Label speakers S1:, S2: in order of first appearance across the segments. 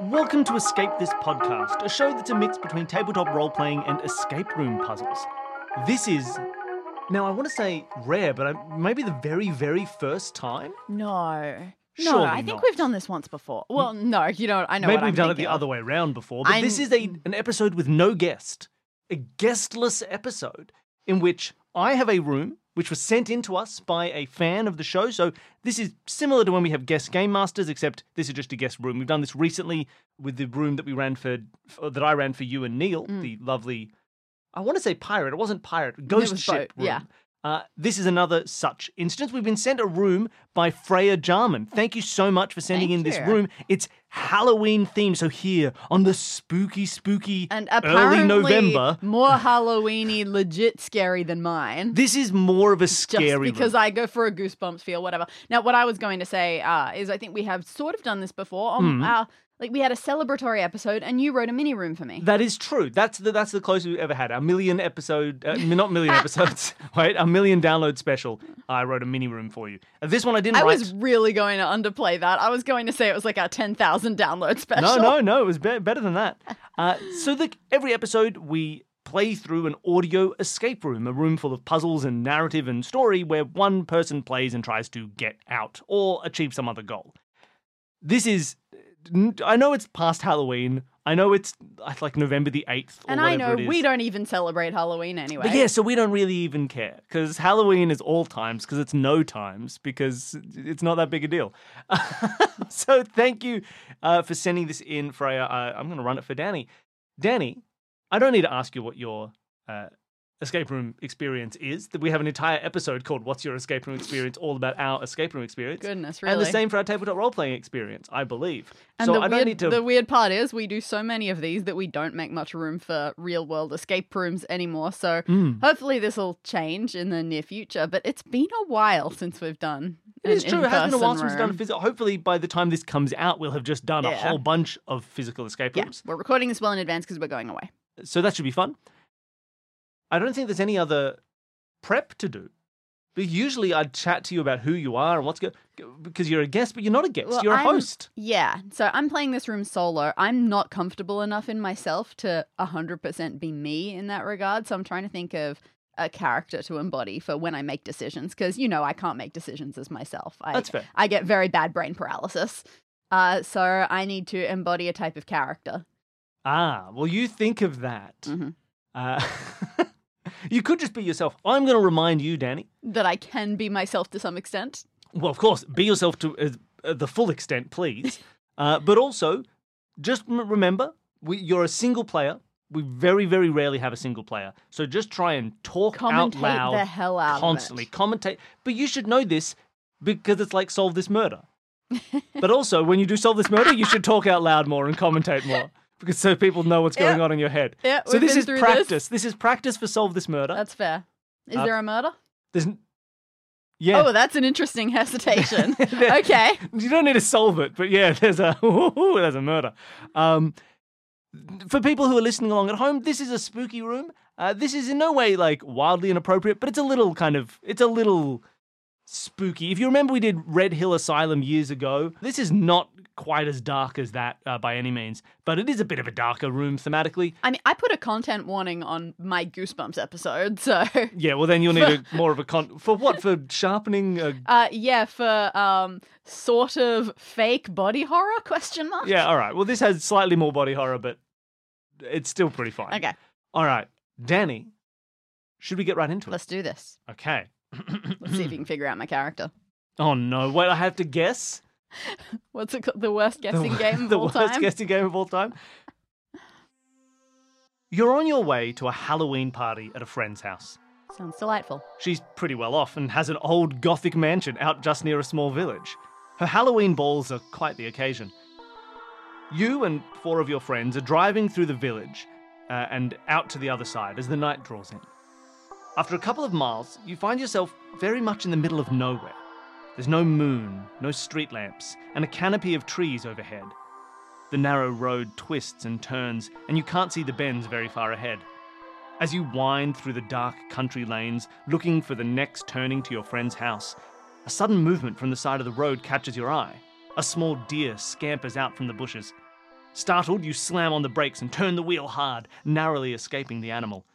S1: Welcome to Escape This Podcast, a show that's a mix between tabletop role playing and escape room puzzles. This is, now I want to say rare, but I, maybe the very, very first time.
S2: No. No,
S1: Surely
S2: I think
S1: not. Mm.
S2: we've done this once before. Well, no, you know, I know.
S1: maybe
S2: what
S1: we've
S2: I'm
S1: done
S2: thinking
S1: it the
S2: of.
S1: other way around before, but this
S2: I'm-
S1: is a, an episode with no guest, a guestless episode in which I have a room which was sent in to us by a fan of the show. So this is similar to when we have guest game masters, except this is just a guest room. We've done this recently with the room that we ran for, for- that I ran for you and Neil,
S2: Mm.
S1: the lovely. I want to say pirate. It wasn't pirate. Ghost
S2: was
S1: ship.
S2: boat, yeah.
S1: room. Uh, this is another such instance. We've been sent a room by Freya Jarman. Thank you so much for sending
S2: Thank
S1: in this
S2: you.
S1: room. It's Halloween themed. So here on the spooky, spooky
S2: And
S1: early
S2: apparently,
S1: November,
S2: more Halloweeny, legit scary than mine.
S1: this is more of a
S2: Just
S1: scary
S2: because
S1: room.
S2: I go for a goosebumps feel, whatever. Now, what I was going to say uh, is, I think we have sort of done this before. Um,
S1: Mm.
S2: uh, like we had a celebratory episode, and you wrote a mini room for me.
S1: that is true. That's the that's the closest we've ever had. A million episode, uh, not million episodes. Wait, a million download special. I wrote a mini room for you. Uh, This one I didn't
S2: I
S1: write.
S2: was really going to underplay that. I was going to say it was like our ten thousand download special.
S1: No, no, no. It was be- better than that. Uh, so the, every episode we play through an audio escape room, a room full of puzzles and narrative and story where one person plays and tries to get out or achieve some other goal. This is. I know it's past Halloween. I know it's uh, like November the eighth.
S2: and I know we don't even celebrate Halloween anyway.
S1: But yeah, so we don't really even care because Halloween is all times because it's no times because it's not that big a deal. so thank you uh, for sending this in, Freya. I, I'm going to run it for Danny. Danny, I don't need to ask you what your uh, escape room experience is. That we have an entire episode called "What's Your Escape Room Experience?" all about our escape room experience.
S2: Goodness,
S1: And the
S2: really.
S1: same for our tabletop role playing experience, I believe.
S2: And
S1: so
S2: the,
S1: I don't
S2: weird,
S1: need to.
S2: the weird part is we do so many of these that we don't make much room for real world escape rooms anymore. So
S1: Hmm.
S2: hopefully this will change in the near future. But it's been a while since we've done.
S1: It
S2: an
S1: is true. It has been a
S2: in-person
S1: while since we've done a
S2: room.
S1: physical. Hopefully, by the time this comes out, we'll have just done a
S2: Yeah.
S1: whole bunch of physical escape
S2: Yeah,
S1: rooms.
S2: we're recording this well in advance because we're going away.
S1: So that should be fun. I don't think there's any other prep to do. But usually, I'd chat to you about who you are and what's going because you're a guest, but you're not a guest.
S2: Well,
S1: you're a
S2: I'm-
S1: host.
S2: Yeah, so I'm playing this room solo. I'm not comfortable enough in myself to 100% be me in that regard. So I'm trying to think of a character to embody for when I make decisions because, you know, I can't make decisions as myself. I,
S1: That's fair.
S2: I get very bad brain paralysis. Uh, so I need to embody a type of character.
S1: Ah, well, you think of that.
S2: Mhm.
S1: Uh, you could just be yourself. I'm going to remind you, Danny.
S2: That I can be myself to some extent.
S1: Well, of course, be yourself to uh, uh, the full extent, please. Uh, but also, just m- remember, we, you're a single player. We very, very rarely have a single player. So just try and talk out
S2: Commentate
S1: loud
S2: the hell out
S1: constantly.
S2: of it.
S1: Commentate. But you should know this because it's like solve this murder. but also, when you do solve this murder, you should talk out loud more and commentate more. Because so people know what's going
S2: Yeah.
S1: on in your head.
S2: Yeah,
S1: so
S2: we've
S1: this
S2: been
S1: is
S2: through this.
S1: practice. This. is practice for solve this murder.
S2: That's fair. Is
S1: Uh,
S2: there a murder?
S1: There's n- yeah.
S2: Oh, that's an interesting hesitation. okay.
S1: you don't need to solve it, but yeah, there's a there's a murder. Um, for people who are listening along at home, this is a spooky room. Uh, this is in no way like wildly inappropriate, but it's a little kind of it's a little spooky. If you remember, we did Red Hill Asylum years ago. This is not quite as dark as that uh, by any means, but it is a bit of a darker room thematically.
S2: I mean, I put a content warning on my Goosebumps episode, so
S1: Yeah, well then you'll need a, more of a con for what for sharpening. A-
S2: uh, yeah, for um, sort of fake body horror question mark.
S1: yeah, all right. Well, this has slightly more body horror, but it's still pretty fine.
S2: Okay,
S1: All right, Danny, should we get right into it?
S2: let's do this.
S1: Okay.
S2: Let's see if you can figure out my character.
S1: Oh no! Wait, I have to guess.
S2: What's it called? The worst guessing game of
S1: the
S2: all
S1: worst
S2: time.
S1: guessing game of all time. You're on your way to a Halloween party at a friend's house.
S2: Sounds delightful.
S1: She's pretty well off and has an old Gothic mansion out just near a small village. Her Halloween balls are quite the occasion. You and four of your friends are driving through the village uh, and out to the other side as the night draws in. After a couple of miles, you find yourself very much in the middle of nowhere. There's no moon, no street lamps, and a canopy of trees overhead. The narrow road twists and turns, and you can't see the bends very far ahead. As you wind through the dark country lanes, looking for the next turning to your friend's house, a sudden movement from the side of the road catches your eye. A small deer scampers out from the bushes. Startled, you slam on the brakes and turn the wheel hard, narrowly escaping the animal.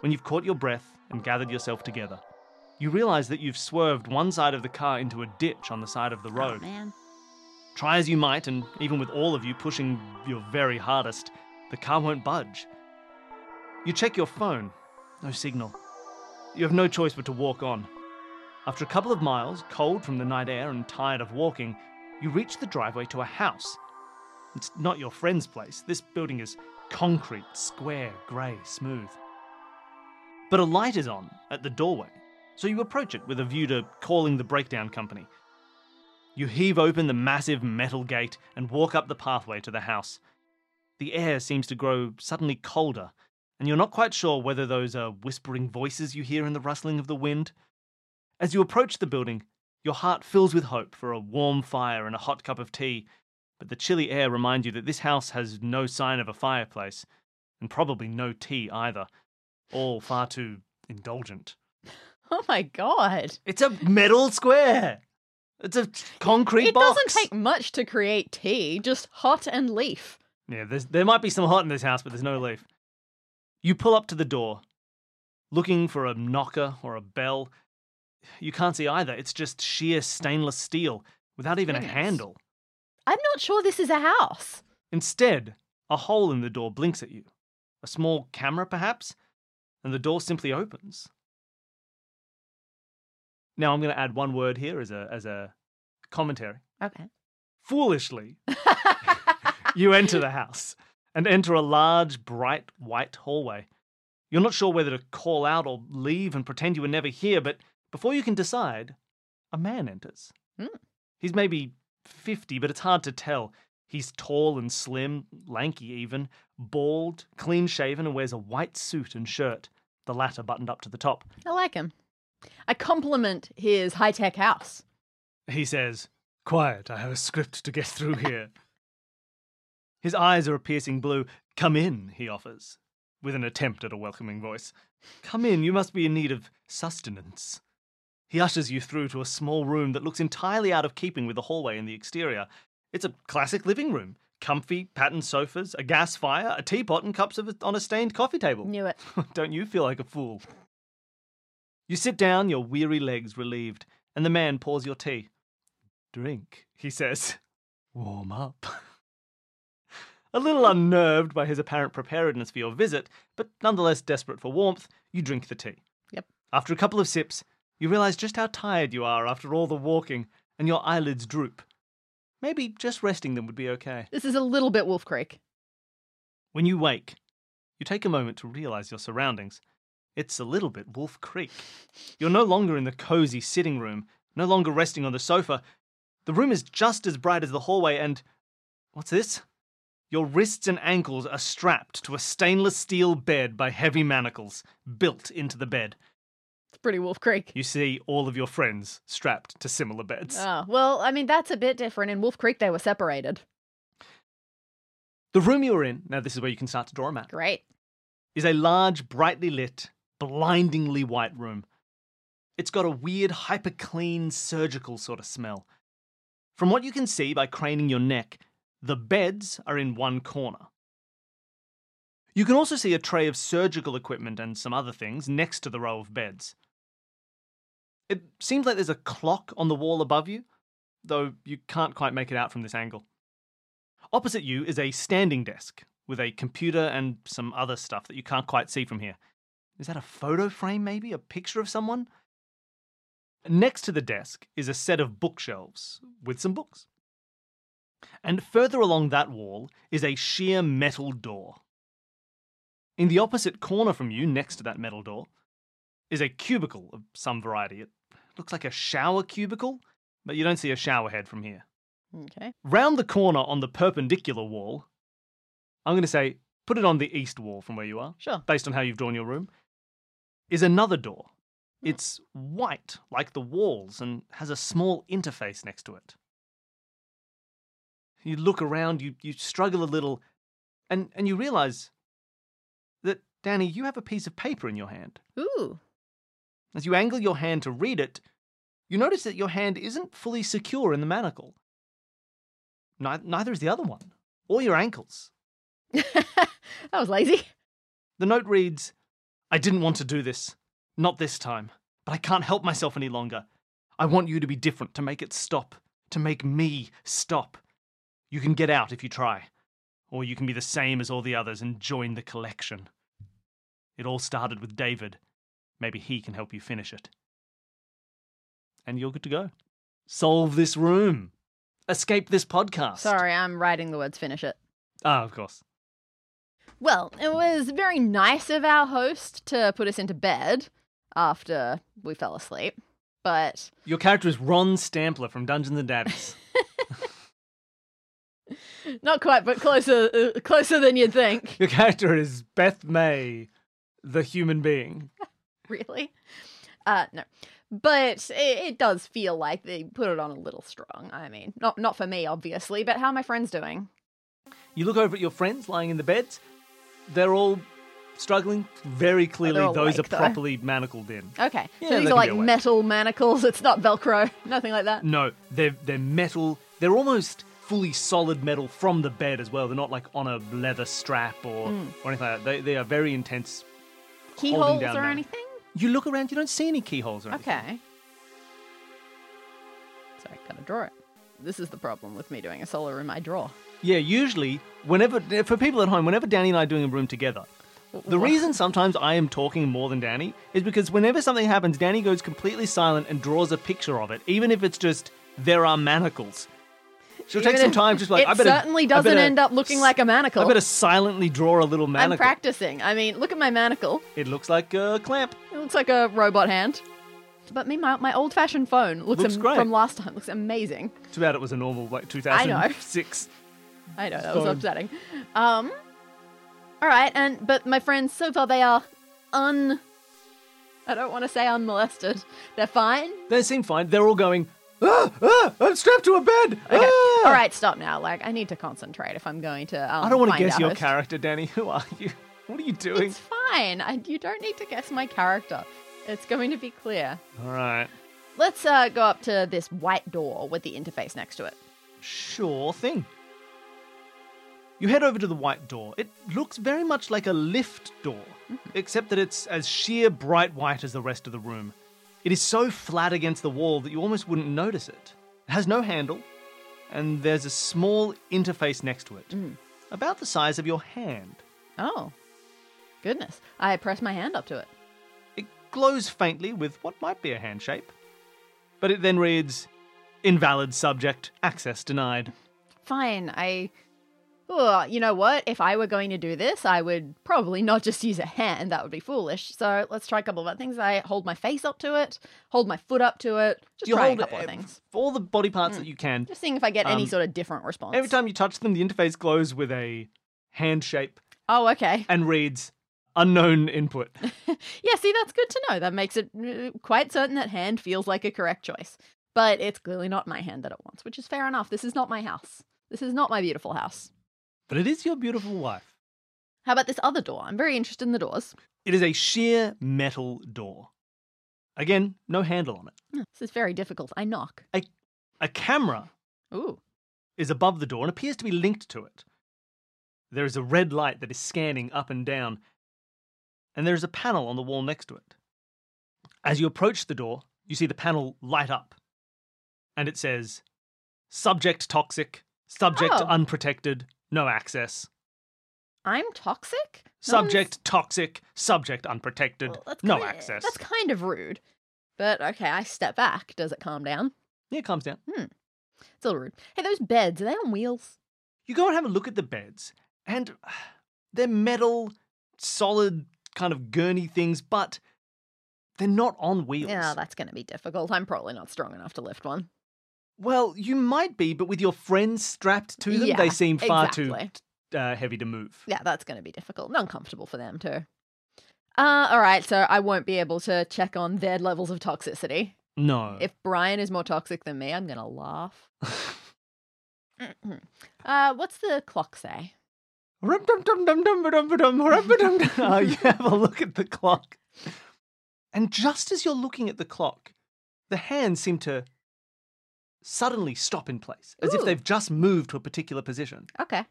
S1: When you've caught your breath and gathered yourself together, you realize that you've swerved one side of the car into a ditch on the side of the
S2: Oh,
S1: road.
S2: man.
S1: Try as you might, and even with all of you pushing your very hardest, the car won't budge. You check your phone, no signal. You have no choice but to walk on. After a couple of miles, cold from the night air and tired of walking, you reach the driveway to a house. It's not your friend's place. This building is concrete, square, grey, smooth. But a light is on at the doorway, so you approach it with a view to calling the breakdown company. You heave open the massive metal gate and walk up the pathway to the house. The air seems to grow suddenly colder, and you're not quite sure whether those are whispering voices you hear in the rustling of the wind. As you approach the building, your heart fills with hope for a warm fire and a hot cup of tea, but the chilly air reminds you that this house has no sign of a fireplace, and probably no tea either. All far too indulgent.
S2: Oh my god.
S1: It's a metal square! It's a concrete
S2: it
S1: box!
S2: doesn't take much to create tea, just hot and leaf.
S1: Yeah, there's, there might be some hot in this house, but there's no leaf. You pull up to the door, looking for a knocker or a bell. You can't see either. It's just sheer stainless steel without even
S2: Goodness.
S1: a handle.
S2: I'm not sure this is a house.
S1: Instead, a hole in the door blinks at you. A small camera, perhaps? And the door simply opens. Now, I'm going to add one word here as a, as a commentary.
S2: Okay.
S1: Foolishly, you enter the house and enter a large, bright, white hallway. You're not sure whether to call out or leave and pretend you were never here, but before you can decide, a man enters.
S2: Hmm.
S1: He's maybe 50, but it's hard to tell. He's tall and slim, lanky even, bald, clean shaven, and wears a white suit and shirt, the latter buttoned up to the top.
S2: I like him. I compliment his high tech house.
S1: He says, Quiet, I have a script to get through here. His eyes are a piercing blue. Come in, he offers, with an attempt at a welcoming voice. Come in, you must be in need of sustenance. He ushers you through to a small room that looks entirely out of keeping with the hallway and the exterior. It's a classic living room comfy, patterned sofas, a gas fire, a teapot, and cups of, on a stained coffee table.
S2: Knew it.
S1: Don't you feel like a fool? You sit down, your weary legs relieved, and the man pours your tea. Drink, he says. Warm up. a little unnerved by his apparent preparedness for your visit, but nonetheless desperate for warmth, you drink the tea.
S2: Yep.
S1: After a couple of sips, you realize just how tired you are after all the walking, and your eyelids droop. Maybe just resting them would be okay.
S2: This is a little bit Wolf Creek.
S1: When you wake, you take a moment to realize your surroundings. It's a little bit Wolf Creek. You're no longer in the cozy sitting room, no longer resting on the sofa. The room is just as bright as the hallway, and what's this? Your wrists and ankles are strapped to a stainless steel bed by heavy manacles built into the bed.
S2: It's pretty Wolf Creek.
S1: You see all of your friends strapped to similar beds.
S2: Oh, well, I mean, that's a bit different. In Wolf Creek, they were separated.
S1: The room you're in, now this is where you can start to draw a map.
S2: Great.
S1: is a large, brightly lit, blindingly white room. It's got a weird, hyper clean, surgical sort of smell. From what you can see by craning your neck, the beds are in one corner. You can also see a tray of surgical equipment and some other things next to the row of beds. It seems like there's a clock on the wall above you, though you can't quite make it out from this angle. Opposite you is a standing desk with a computer and some other stuff that you can't quite see from here. Is that a photo frame, maybe? A picture of someone? Next to the desk is a set of bookshelves with some books. And further along that wall is a sheer metal door. In the opposite corner from you, next to that metal door, is a cubicle of some variety. It looks like a shower cubicle, but you don't see a shower head from here.
S2: Okay.
S1: Round the corner on the perpendicular wall, I'm going to say put it on the east wall from where you are,
S2: Sure.
S1: based on how you've drawn your room, is another door. It's white, like the walls, and has a small interface next to it. You look around, you, you struggle a little, and, and you realize that, Danny, you have a piece of paper in your hand.
S2: Ooh.
S1: As you angle your hand to read it, you notice that your hand isn't fully secure in the manacle. Ni- neither is the other one. or your ankles.
S2: that was lazy.
S1: The note reads I didn't want to do this. Not this time. But I can't help myself any longer. I want you to be different, to make it stop, to make me stop. You can get out if you try. Or you can be the same as all the others and join the collection. It all started with David. Maybe he can help you finish it. And you're good to go. Solve this room. Escape this podcast.
S2: Sorry, I'm writing the words finish it.
S1: Ah, of course.
S2: Well, it was very nice of our host to put us into bed after we fell asleep, but
S1: Your character is Ron Stampler from Dungeons and Daddies.
S2: not quite, but closer uh, closer than you'd think,
S1: Your character is Beth May, the human being.
S2: really. Uh no. But it, it does feel like they put it on a little strong. I mean, not not for me obviously, but how are my friends doing?
S1: You look over at your friends lying in the beds. They're all struggling. Very clearly,
S2: all
S1: those
S2: awake,
S1: are
S2: though.
S1: properly manacled in.
S2: Okay.
S1: Yeah,
S2: so
S1: they
S2: these
S1: can
S2: are like
S1: be awake.
S2: metal manacles. It's not velcro. Nothing like that.
S1: No, they're they're metal. They're almost fully solid metal from the bed as well. They're not like on a leather strap or or anything like that. They they are very intense.
S2: Keyholes
S1: down
S2: or
S1: man-
S2: anything?
S1: You look around, you don't see any keyholes or anything.
S2: Okay. Sorry, gotta draw it. This is the problem with me doing a solo room. I draw.
S1: Yeah, usually whenever for people at home, whenever Danny and I are doing a room together, the reason sometimes I am talking more than Danny is because whenever something happens, Danny goes completely silent and draws a picture of it, even if it's just there are manacles. She'll take
S2: Even
S1: some
S2: if-
S1: time, just like
S2: it
S1: I better.
S2: certainly
S1: I
S2: doesn't
S1: better
S2: end up looking
S1: s-
S2: like a manacle.
S1: I better silently draw a little
S2: I'm
S1: manacle.
S2: practicing. I mean, look at my manacle.
S1: It looks like a clamp.
S2: It looks like a robot hand. But meanwhile, my old-fashioned phone looks,
S1: Looks
S2: am-
S1: great.
S2: from last time looks amazing.
S1: Too bad it was a normal like
S2: I know.
S1: 2006.
S2: I know that was
S1: Phone.
S2: upsetting. Um, all right, and but my friends, so far they are un. I don't want to say unmolested. They're fine.
S1: They seem fine. They're all going. Ah, ah, I'm strapped to a bed.
S2: Okay.
S1: Ah!"
S2: All right, stop now. Like, I need to concentrate if I'm going to. Um,
S1: I don't want to
S2: find
S1: guess
S2: our
S1: your
S2: host.
S1: character, Danny. Who are you? What are you doing?
S2: It's fine. I, you don't need to guess my character. It's going to be clear.
S1: All right.
S2: Let's uh, go up to this white door with the interface next to it.
S1: Sure thing. You head over to the white door. It looks very much like a lift door,
S2: Mm-hmm.
S1: except that it's as sheer bright white as the rest of the room. It is so flat against the wall that you almost wouldn't notice it. It has no handle, and there's a small interface next to it,
S2: Mm.
S1: about the size of your hand.
S2: Oh, goodness! I press my hand up to it.
S1: It glows faintly with what might be a hand shape, but it then reads Invalid subject, access denied.
S2: Fine. I. Oh, you know what? If I were going to do this, I would probably not just use a hand. That would be foolish. So let's try a couple of other things. I hold my face up to it, hold my foot up to it, just try a couple
S1: uh,
S2: of things.
S1: all the body parts that you can.
S2: Just seeing if I get any
S1: Um,
S2: sort of different response.
S1: Every time you touch them, the interface glows with a hand shape
S2: Oh, okay.
S1: and reads unknown input.
S2: Yeah, see, that's good to know. That makes it uh, quite certain that hand feels like a correct choice. But it's clearly not my hand that it wants, which is fair enough. This is not my house. This is not my beautiful house.
S1: but it is your beautiful wife.
S2: How about this other door? I'm very interested in the doors.
S1: It is a sheer metal door. Again, no handle on it.
S2: Hmm, This is very difficult. I knock.
S1: A camera
S2: Ooh.
S1: is above the door and appears to be linked to it. There is a red light that is scanning up and down, and there is a panel on the wall next to it. As you approach the door, you see the panel light up, and it says Subject toxic, subject
S2: Oh.
S1: unprotected, no access.
S2: I'm toxic? No one's-
S1: Subject toxic, subject unprotected,
S2: Well, that's
S1: no
S2: kinda-
S1: access.
S2: That's kind of rude. But okay, I step back. Does it calm down?
S1: Yeah, it calms down.
S2: It's a little rude. Hey, those beds, are they on wheels?
S1: You go and have a look at the beds, and uh, they're metal, solid, kind of gurney things, but they're not on wheels.
S2: Yeah, that's going to be difficult. I'm probably not strong enough to lift one.
S1: Well, you might be, but with your friends strapped to them,
S2: Yeah,
S1: they seem far
S2: exactly.
S1: too uh, heavy to move.
S2: Yeah, that's going to be difficult and uncomfortable for them too. Uh, all right, so I won't be able to check on their levels of toxicity.
S1: No.
S2: If Brian is more toxic than me, I'm going to laugh. uh, what's the clock say?
S1: Uh, you have a look at the clock. And just as you're looking at the clock, the hands seem to suddenly stop in place, as if
S2: Ooh.
S1: they've just moved to a particular position.
S2: Okay.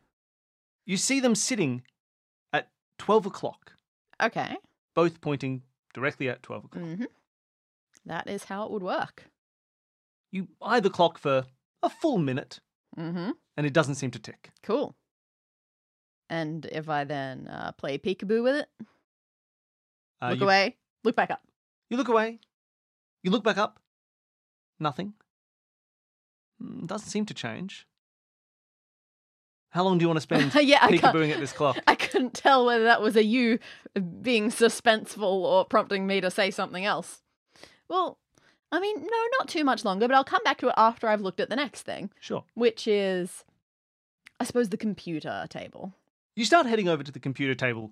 S1: You see them sitting at 12 o'clock,
S2: Okay.
S1: both pointing directly at 12 o'clock.
S2: hmm That is how it would work.
S1: You eye the clock for a full minute
S2: Mm-hmm.
S1: and it doesn't seem to tick.
S2: Cool. And if I then uh, play peekaboo with it,
S1: Uh,
S2: look
S1: you,
S2: away, look back up.
S1: you look away. You look back up. Nothing. Mm, Doesn't seem to change. How long do you want to spend
S2: yeah, I can't.
S1: peekabooing at this clock?
S2: I couldn't tell whether that was a you being suspenseful or prompting me to say something else. Well, I mean, no, not too much longer, but I'll come back to it after I've looked at the next thing,
S1: Sure.
S2: which is, I suppose, the computer table.
S1: You start heading over to the computer table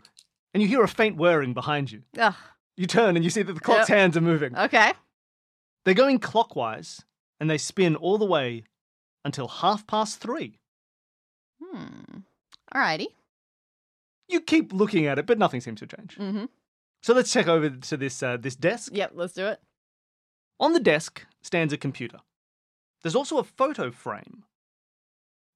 S1: and you hear a faint whirring behind you.
S2: Ugh,
S1: You turn and you see that the clock's
S2: Yep.
S1: hands are moving.
S2: okay.
S1: They're going clockwise and they spin all the way until half past three.
S2: Hmm. Alrighty.
S1: You keep looking at it, but nothing seems to change.
S2: Mm-hmm.
S1: So let's check over to this, uh, this desk.
S2: Yep, let's do it.
S1: On the desk stands a computer. There's also a photo frame.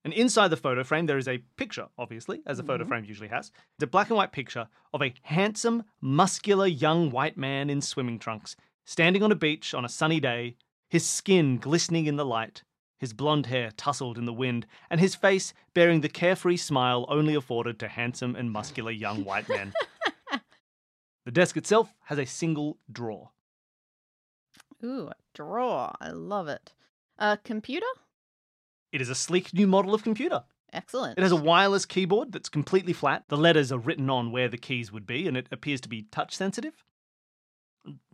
S1: And inside the photo frame, there is a picture, obviously, as a photo
S2: Mhm.
S1: frame usually has. It's a black and white picture of a handsome, muscular young white man in swimming trunks, standing on a beach on a sunny day, his skin glistening in the light, his blonde hair tousled in the wind, and his face bearing the carefree smile only afforded to handsome and muscular young white men. the desk itself has a single drawer.
S2: Ooh, a drawer. I love it. A computer?
S1: It is a sleek new model of computer.
S2: Excellent.
S1: It has a wireless keyboard that's completely flat. The letters are written on where the keys would be, and it appears to be touch sensitive.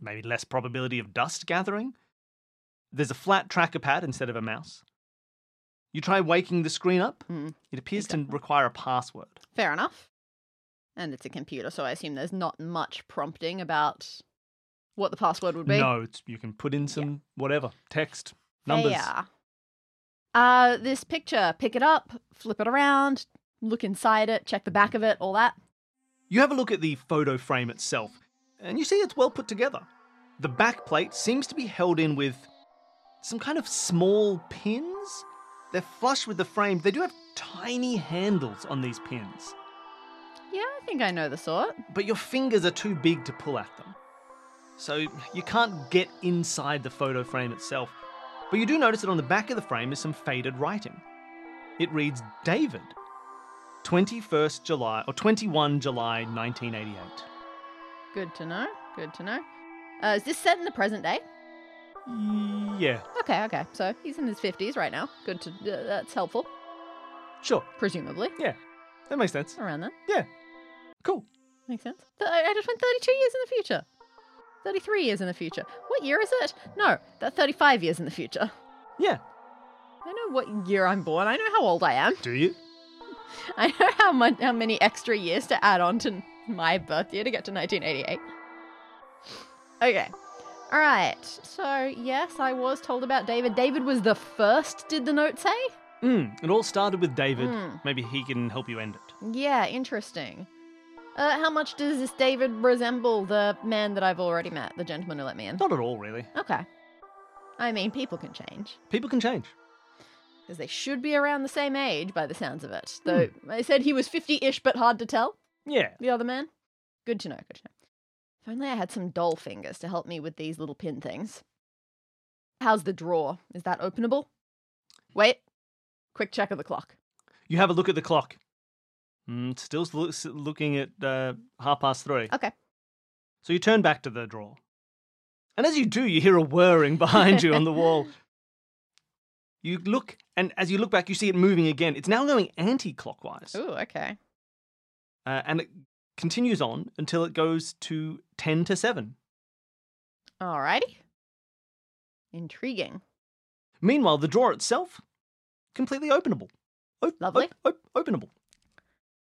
S1: Maybe less probability of dust gathering. There's a flat tracker pad instead of a mouse. You try waking the screen up,
S2: Mm,
S1: it appears to require a password.
S2: Fair enough. And it's a computer, so I assume there's not much prompting about what the password would be.
S1: No, it's, you can put in some whatever text, numbers.
S2: Yeah. Uh, this picture, pick it up, flip it around, look inside it, check the back of it, all that.
S1: You have a look at the photo frame itself, and you see it's well put together. The back plate seems to be held in with some kind of small pins. They're flush with the frame. They do have tiny handles on these pins,
S2: Yeah, I think I know the sort.
S1: but your fingers are too big to pull at them. So you can't get inside the photo frame itself. But you do notice that on the back of the frame is some faded writing. It reads David, 21st July, or 21 July 1988.
S2: Good to know. Good to know. Uh, is this set in the present day?
S1: Yeah,
S2: Okay, okay. So he's in his 50s right now. Good to. Uh, that's helpful,
S1: sure.
S2: presumably.
S1: Yeah, that makes sense.
S2: Around then.
S1: Yeah, cool.
S2: Makes sense. Th- I I just went 32 years in the future. 33 years in the future. What year is it? No, that 35 years in the future.
S1: Yeah.
S2: I know what year I'm born. I know how old I am.
S1: Do you?
S2: I know how much, how many extra years to add on to n- my birth year to get to 1988. Okay. All right. So, yes, I was told about David. David was the first, did the note say?
S1: Mm, it all started with David.
S2: Mm.
S1: Maybe he can help you end it.
S2: Yeah, interesting. Uh, how much does this David resemble the man that I've already met, the gentleman who let me in?
S1: Not at all, really.
S2: Okay. I mean, people can change
S1: People can change.
S2: because they should be around the same age by the sounds of it. Though I said he was 50 ish, but hard to tell.
S1: Yeah.
S2: The other man? Good to know, good to know. If only I had some doll fingers to help me with these little pin things. How's the drawer? Is that openable? Wait. Quick check of the clock.
S1: You have a look at the clock. Mm, it still looks looking at uh, half past three.
S2: Okay.
S1: So you turn back to the drawer. And as you do, you hear a whirring behind you on the wall. You look, and as you look back, you see it moving again. It's now going anti clockwise.
S2: Ooh, okay.
S1: Uh, and it continues on until it goes to 10 to 7.
S2: Alrighty. Intriguing.
S1: Meanwhile, the drawer itself, completely openable. O-
S2: Lovely.
S1: o- openable.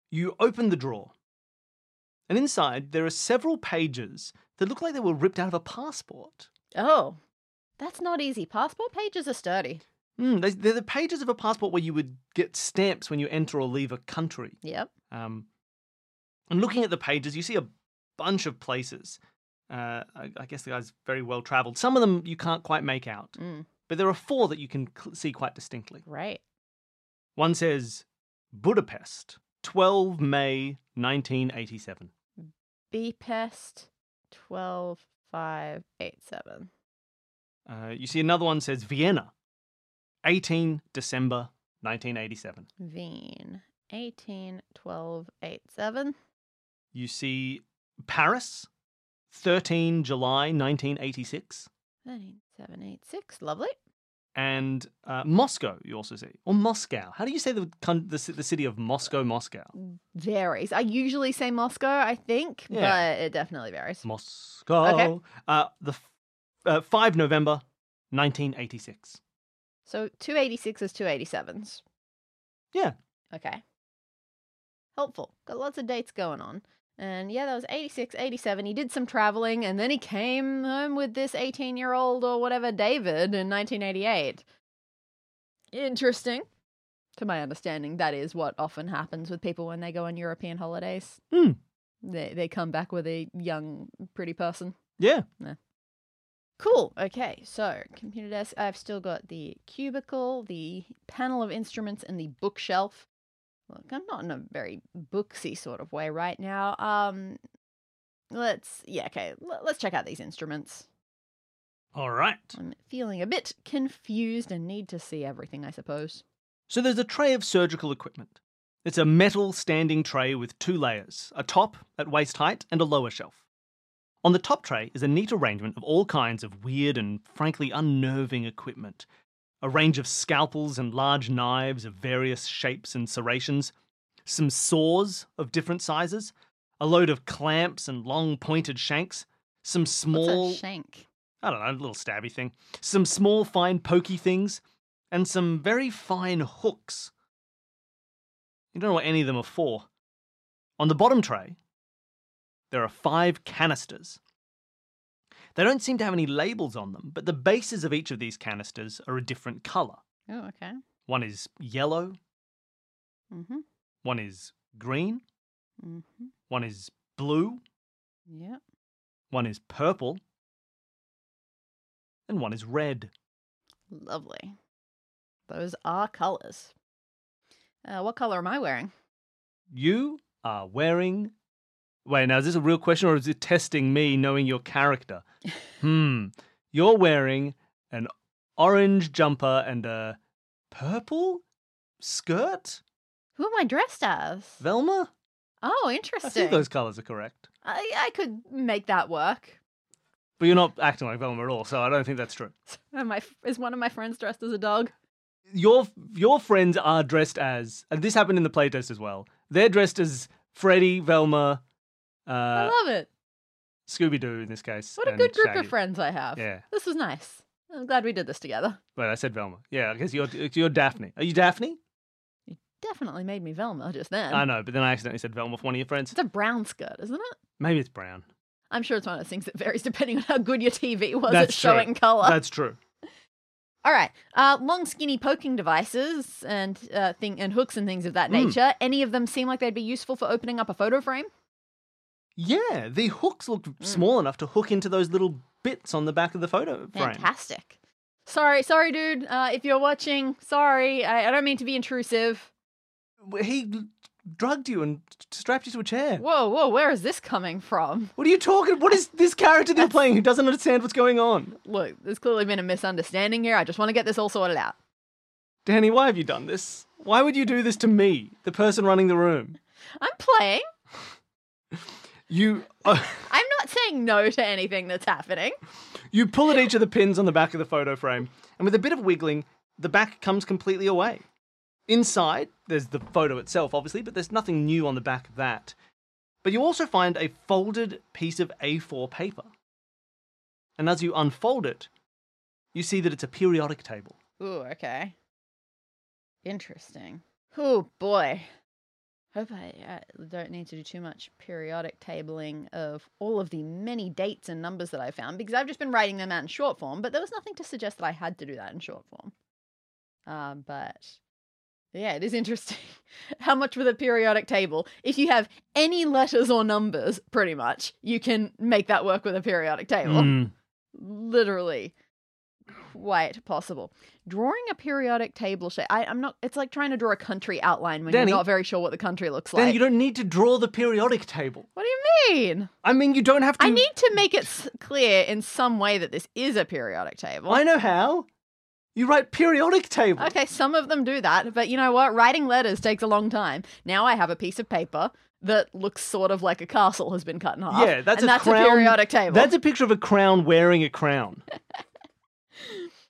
S1: You open the drawer. And inside, there are several pages that look like they were ripped out of a passport.
S2: Oh. That's not easy. Passport pages are sturdy.
S1: Hmm, they, they're the pages of a passport where you would get stamps when you enter or leave a country.
S2: Yep.
S1: Um, and looking at the pages, you see a bunch of places. Uh, I, I guess the guy's very well traveled. Some of them you can't quite make out,
S2: Mm,
S1: but there are four that you can cl- see quite distinctly.
S2: great.
S1: One says Budapest, 12 May 1987.
S2: B pest 12587.
S1: Uh, you see another one says Vienna, 18 December 1987.
S2: Veen 181287.
S1: You see Paris, 13 July 1986.
S2: 19786. Lovely.
S1: And uh, Moscow, you also see. Or Moscow. How do you say the, con- the, ci- the city of Moscow, Moscow?
S2: Varies. I usually say Moscow, I think,
S1: Yeah.
S2: but it definitely varies.
S1: Moscow. Uh, the f- uh, 5 November 1986.
S2: So 286 is 287s.
S1: Yeah.
S2: Okay. Helpful. Got lots of dates going on. And yeah, that was 86, 87. He did some traveling and then he came home with this 18 year old or whatever David in 1988. Interesting. To my understanding, that is what often happens with people when they go on European holidays.
S1: Hmm.
S2: They, they come back with a young, pretty person.
S1: Yeah.
S2: Cool. Okay. So, computer desk. I've still got the cubicle, the panel of instruments, and the bookshelf. Look, I'm not in a very booksy sort of way right now. Um, let's yeah. Okay. L- let's check out these instruments.
S1: All right.
S2: I'm feeling a bit confused and need to see everything, I suppose.
S1: So there's a tray of surgical equipment. It's a metal standing tray with two layers, a top at waist height and a lower shelf. On the top tray is a neat arrangement of all kinds of weird and frankly unnerving equipment. A range of scalpels and large knives of various shapes and serrations, some saws of different sizes, a load of clamps and long pointed shanks, some small
S2: What's a shank?
S1: I don't know, a little stabby thing, some small fine pokey things, and some very fine hooks. You don't know what any of them are for. On the bottom tray, there are five canisters. They don't seem to have any labels on them, but the bases of each of these canisters are a different colour.
S2: Oh, okay.
S1: One is yellow,
S2: Mhm.
S1: one is green,
S2: Mhm.
S1: one is blue,
S2: Yeah.
S1: one is purple, and one is red.
S2: Lovely. Those are colors. Uh, what color am I wearing?
S1: You are wearing. Wait, now is this a real question or is it testing me knowing your character? hmm. You're wearing an orange jumper and a purple skirt?
S2: Who am I dressed as?
S1: Velma?
S2: Oh,
S1: I
S2: interesting. I,
S1: think those colours are correct.
S2: I, could make that work.
S1: But you're not acting like Velma at all, so I don't think that's true.
S2: Am I, is one of my friends dressed as a dog?
S1: Your your friends are dressed as, and this happened in the playtest as well. They're dressed as Freddy, Velma,
S2: I
S1: uh,
S2: love it.
S1: Scooby Doo in this case.
S2: What a
S1: and
S2: good group
S1: Shaggy.
S2: of friends I have.
S1: Yeah.
S2: This was nice. I'm glad we did this together.
S1: Wait, I said Velma. Yeah, I guess you're you're Daphne. Are you Daphne?
S2: Definitely made me Velma just then.
S1: I know, but then I accidentally said Velma for one of your friends.
S2: It's a brown skirt, isn't it?
S1: Maybe it's brown.
S2: I'm sure it's one of those things that varies depending on how good your TV was at
S1: That's true.
S2: showing color.
S1: That's true.
S2: All right. Uh, long, skinny poking devices and uh, thing and hooks and things of that
S1: Mm.
S2: nature. Any of them seem like they'd be useful for opening up a photo frame?
S1: Yeah, the hooks looked small enough to hook into those little bits on the back of the photo frame.
S2: Fantastic. Sorry, sorry, dude. Uh, if you're watching, sorry. I, I don't mean to be intrusive.
S1: He drugged you and strapped you to a chair. What,
S2: Whoa, whoa, where is this coming from?
S1: are you talking? What is this character they're playing who doesn't understand what's going on?
S2: Look, there's clearly been a misunderstanding here. I just want to get this all sorted out.
S1: Danny, why have you done this? Why would you do this to me, the person running the room?
S2: I'm playing.
S1: You oh,
S2: I'm not saying no to anything that's happening.
S1: you pull at each of the pins on the back of the photo frame, and with a bit of wiggling, the back comes completely away. Inside, there's the photo itself, obviously, but there's nothing new on the back of that. But you also find a folded piece of A4 paper. And as you unfold it, you see that it's a periodic table.
S2: Ooh, okay. Interesting. Oh boy. Hope I uh, don't need to do too much periodic tabling of all of the many dates and numbers that I found because I've just been writing them out in short form, but there was nothing to suggest that I had to do that in short form. Uh, but yeah, it is interesting. How much with a periodic table? If you have any letters or numbers, pretty Mm. much, you can make that work with a periodic table literally quite possible. Drawing a periodic table shape. I, I'm not. It's like trying to draw a country outline when
S1: Danny,
S2: you're not very sure what the country looks
S1: Then
S2: like.
S1: you don't need to draw the periodic table.
S2: what do you mean?
S1: I mean, you don't have to.
S2: I need to make it s- clear in some way that this is a periodic table.
S1: I know how. You write periodic table.
S2: Okay, some of them do that, but you know what? Writing letters takes a long time. Now I have a piece of paper that looks sort of like a castle has been cut in half.
S1: Yeah, that's
S2: and
S1: a
S2: that's
S1: crown.
S2: a periodic table.
S1: That's a picture of a crown wearing a crown.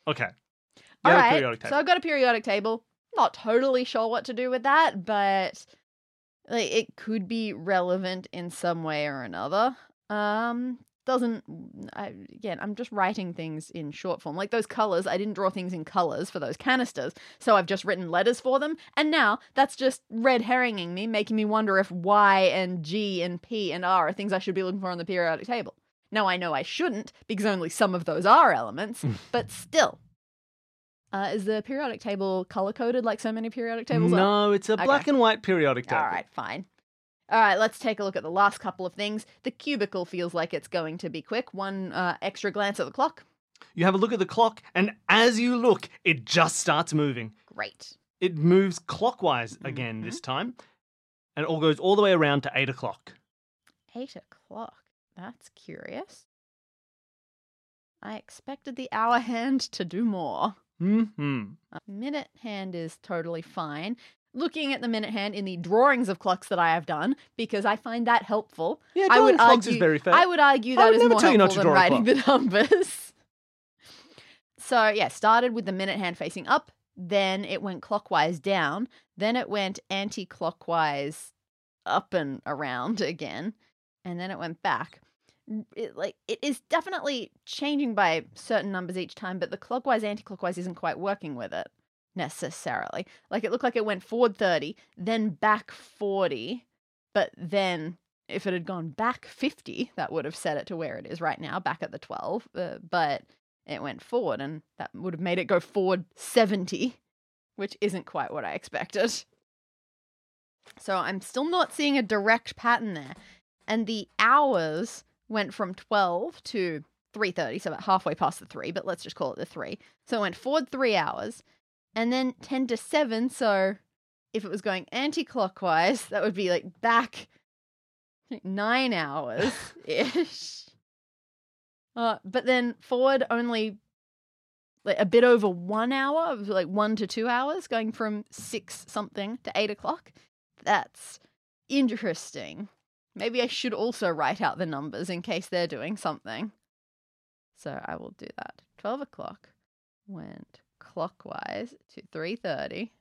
S1: okay. You
S2: All
S1: have a
S2: right,
S1: periodic table.
S2: so I've got a periodic table. Not totally sure what to do with that, but like it could be relevant in some way or another. Um, doesn't I, again? I'm just writing things in short form, like those colors. I didn't draw things in colors for those canisters, so I've just written letters for them, and now that's just red herringing me, making me wonder if Y and G and P and R are things I should be looking for on the periodic table. Now I know I shouldn't because only some of those are elements, but still. Uh, is the periodic table color coded like so many periodic tables are?
S1: no, it's a
S2: Okay.
S1: black and white periodic table.
S2: All right, fine. All right, let's take a look at the last couple of things. The cubicle feels like it's going to be quick. One uh, extra glance at the clock.
S1: You have a look at the clock, and as you look, it just starts moving.
S2: Great.
S1: It moves clockwise again this
S2: Mm-hmm.
S1: time, and it all goes all the way around to eight o'clock.
S2: Eight o'clock. That's curious. I expected the hour hand to do more.
S1: Hmm.
S2: A minute hand is totally fine. Looking at the minute hand in the drawings of clocks that I have done, because I find that helpful.
S1: Yeah,
S2: I
S1: drawing
S2: would
S1: clocks
S2: argue-
S1: is very fair.
S2: I would argue
S1: I
S2: that
S1: would
S2: is
S1: never
S2: more
S1: tell you not
S2: helpful
S1: to
S2: than
S1: draw a
S2: writing the numbers. so yeah, started with the minute hand facing up, then it went clockwise down, then it went anti-clockwise up and around again, and then it went back. It, like it is definitely changing by certain numbers each time, but the clockwise anti-clockwise isn't quite working with it necessarily. Like it looked like it went forward 30, then back 40, but then if it had gone back 50, that would have set it to where it is right now, back at the 12. Uh, but it went forward, and that would have made it go forward 70, which isn't quite what I expected. So I'm still not seeing a direct pattern there. And the hours went from 12 to 3.30, so about halfway past the 3, but let's just call it the 3. So it went forward 3 hours, and then 10 to 7, so if it was going anti-clockwise, that would be like back like nine hours ish. Uh, but then forward only like a bit over one hour, it was like one to two hours, going from six something to eight o'clock. That's interesting. Maybe I should also write out the numbers in case they're doing something. So I will do that. Twelve o'clock went clockwise to three thirty,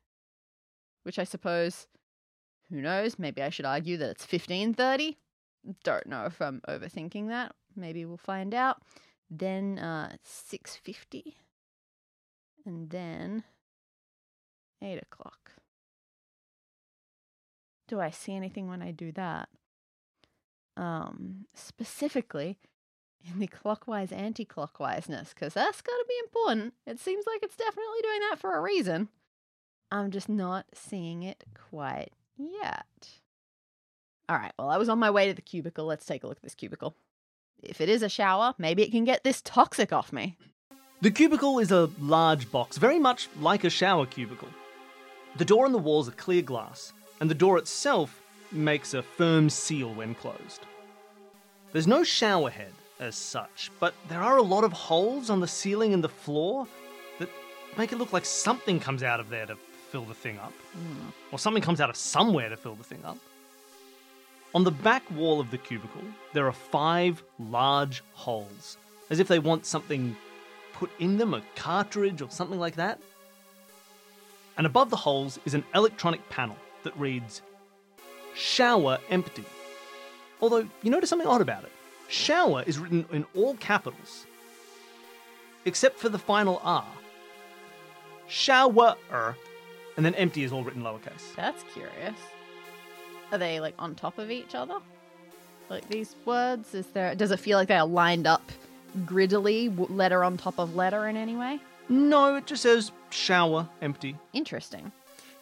S2: which I suppose who knows? Maybe I should argue that it's 15:30. Don't know if I'm overthinking that. Maybe we'll find out. Then uh 6:50 and then 8 o'clock. Do I see anything when I do that? Um specifically in the clockwise anti-clockwiseness cuz that's got to be important. It seems like it's definitely doing that for a reason. I'm just not seeing it quite yet. All right, well, I was on my way to the cubicle. Let's take a look at this cubicle. If it is a shower, maybe it can get this toxic off me.
S1: The cubicle is a large box, very much like a shower cubicle. The door and the walls are clear glass, and the door itself makes a firm seal when closed. There's no shower head as such, but there are a lot of holes on the ceiling and the floor that make it look like something comes out of there to fill the thing up, or something comes out of somewhere to fill the thing up. On the back wall of the cubicle, there are five large holes, as if they want something put in them, a cartridge or something like that. And above the holes is an electronic panel that reads Shower empty. Although, you notice something odd about it. Shower is written in all capitals, except for the final R. Shower, and then empty is all written lowercase.
S2: That's curious. Are they like on top of each other? Like these words? Is there? Does it feel like they are lined up griddily, w- letter on top of letter in any way?
S1: No, it just says shower empty.
S2: Interesting.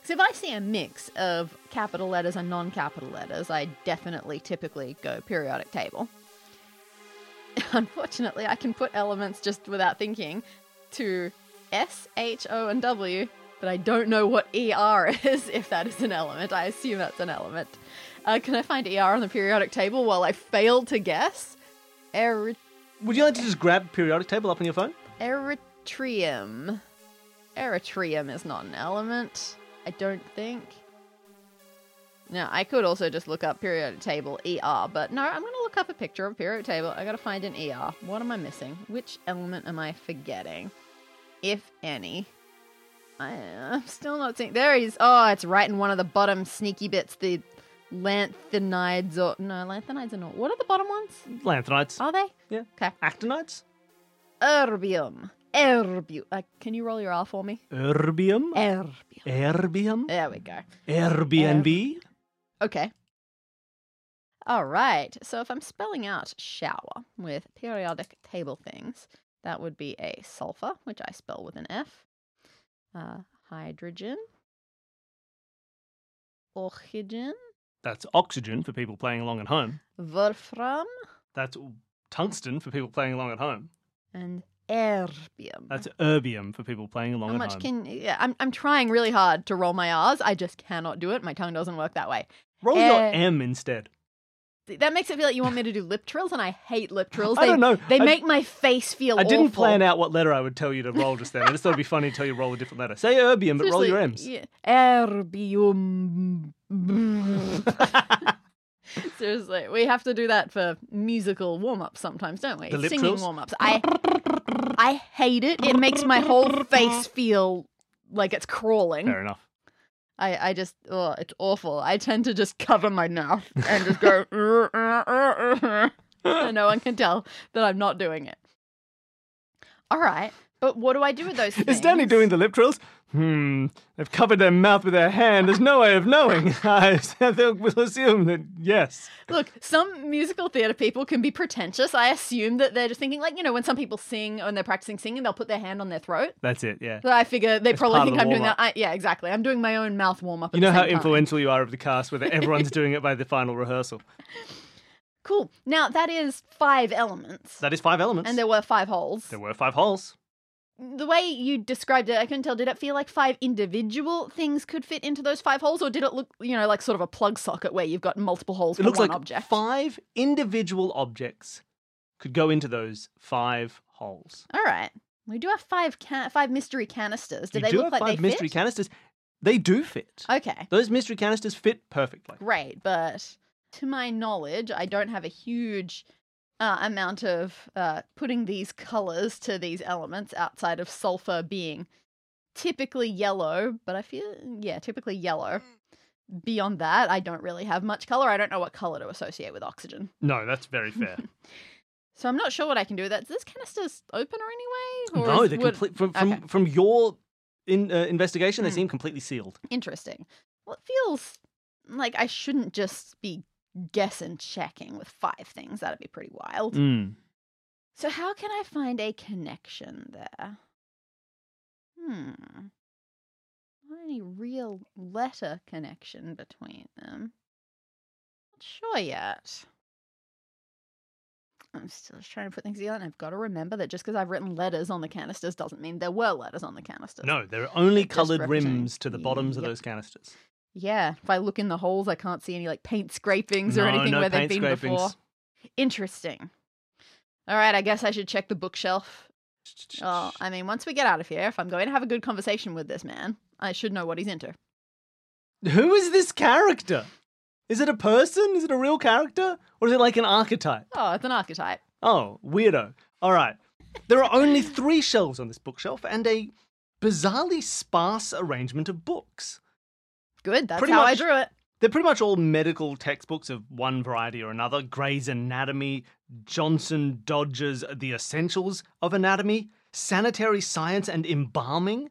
S2: Because if I see a mix of capital letters and non capital letters, I definitely typically go periodic table. Unfortunately, I can put elements just without thinking. to S, H, O, and W, but I don't know what ER is if that is an element. I assume that's an element. Uh, can I find ER on the periodic table while I fail to guess? Eri-
S1: Would you like to just grab periodic table up on your phone?
S2: Eritrium. Eritrium is not an element, I don't think. Now, I could also just look up periodic table ER, but no, I'm going to look up a picture of periodic table. I got to find an ER. What am I missing? Which element am I forgetting? If any. I, I'm still not seeing. There he is. Oh, it's right in one of the bottom sneaky bits. The lanthanides or. No, lanthanides are not. What are the bottom ones?
S1: Lanthanides.
S2: Are they?
S1: Yeah.
S2: Okay.
S1: Actinides?
S2: Erbium. Erbium. Uh, can you roll your R for me?
S1: Erbium?
S2: Erbium.
S1: Erbium?
S2: There we go.
S1: Airbnb?
S2: Eh. Okay. All right. So if I'm spelling out shower with periodic table things, that would be a sulfur, which I spell with an F, uh, hydrogen, oxygen,
S1: That's oxygen for people playing along at home.
S2: wolfram,
S1: That's tungsten for people playing along at home.
S2: and erbium.
S1: That's erbium for people playing along
S2: How
S1: at
S2: much
S1: home.
S2: can yeah, I'm I'm trying really hard to roll my R's. I just cannot do it. My tongue doesn't work that way.
S1: Roll your
S2: Eh.
S1: M instead.
S2: Th- That makes it feel like you want me to do lip trills, and I hate lip trills.
S1: I
S2: They,
S1: don't know.
S2: They
S1: I-
S2: make my face feel.
S1: I didn't
S2: awful.
S1: plan out what letter I would tell you to roll just then. I just thought it'd be funny to tell you to roll a different letter. Say erbium, but roll your M's.
S2: Seriously, yeah. Erbium. Seriously, we have to do that for musical warm ups sometimes, don't we?
S1: The lip
S2: Singing
S1: trills?
S2: warm ups. I I hate it. It makes my whole face feel like it's crawling.
S1: Fair enough.
S2: I, I just, oh, it's awful. I tend to just cover my mouth and just go, "Uh, uh, uh, uh," so no one can tell that I'm not doing it. All right, but what do I do with those things?
S1: Is Danny doing the lip trills? Hmm. They've covered their mouth with their hand. There's no way of knowing. I will assume that yes.
S2: Look, some musical theatre people can be pretentious. I assume that they're just thinking, like, you know, when some people sing and they're practicing singing, they'll put their hand on their throat.
S1: That's it, yeah.
S2: So I figure they probably
S1: part of
S2: think
S1: the
S2: I'm doing that.
S1: warm-up.
S2: I, yeah, exactly. I'm doing my own mouth warm up.
S1: You know how influential you are of the cast, whether everyone's doing it by the final rehearsal.
S2: Cool. Now that is five elements,
S1: That is five elements.
S2: and there were five holes.
S1: there were five holes.
S2: the way you described it, I couldn't tell. Did it feel like five individual things could fit into those five holes, or did it look, you know, like sort of a plug socket where you've got multiple holes
S1: It
S2: for
S1: looks
S2: one
S1: like
S2: object?
S1: five individual objects could go into those five holes.
S2: All right, we do have five can- five mystery canisters. Do
S1: you
S2: they
S1: do
S2: look
S1: have
S2: like
S1: five
S2: they
S1: mystery
S2: fit?
S1: canisters. They do fit.
S2: okay,
S1: Those mystery canisters fit perfectly.
S2: great, but to my knowledge, I don't have a huge. Uh, amount of uh, putting these colors to these elements outside of sulfur being typically yellow, but I feel, yeah, typically yellow. Beyond that, I don't really have much color. I don't know what color to associate with oxygen.
S1: No, that's very fair.
S2: So I'm not sure what I can do with that. Is this canisters open or anyway? Or
S1: no,
S2: is
S1: they're
S2: wood-
S1: complete, from, from,
S2: okay.
S1: from your in, uh, investigation, they
S2: Mm.
S1: seem completely sealed.
S2: interesting. Well, it feels like I shouldn't just be guess and checking with five things. That'd be pretty wild.
S1: Hmm.
S2: So how can I find a connection there? Hmm. Not any real letter connection between them. Not sure yet. I'm still just trying to put things together, and I've got to remember that just because I've written letters on the canisters doesn't mean there were letters on the canisters.
S1: No, there are only
S2: Just
S1: coloured
S2: representing-
S1: rims to the bottoms of
S2: Yep.
S1: those canisters.
S2: Yeah, if I look in the holes, I can't see any like paint scrapings or
S1: No,
S2: anything
S1: no
S2: where they've
S1: paint
S2: been
S1: scrapings.
S2: before. Interesting. All right, I guess I should check the bookshelf. Well, I mean, once we get out of here, if I'm going to have a good conversation with this man, I should know what he's into.
S1: Who is this character? Is it a person? Is it a real character? Or is it like an archetype?
S2: Oh, it's an archetype.
S1: Oh, weirdo. All right. There are only three shelves on this bookshelf and a bizarrely sparse arrangement of books.
S2: Good, that's
S1: Pretty
S2: how I
S1: much.
S2: drew it.
S1: They're pretty much all medical textbooks of one variety or another Gray's Anatomy, Johnson Dodge's The Essentials of Anatomy, Sanitary Science and Embalming,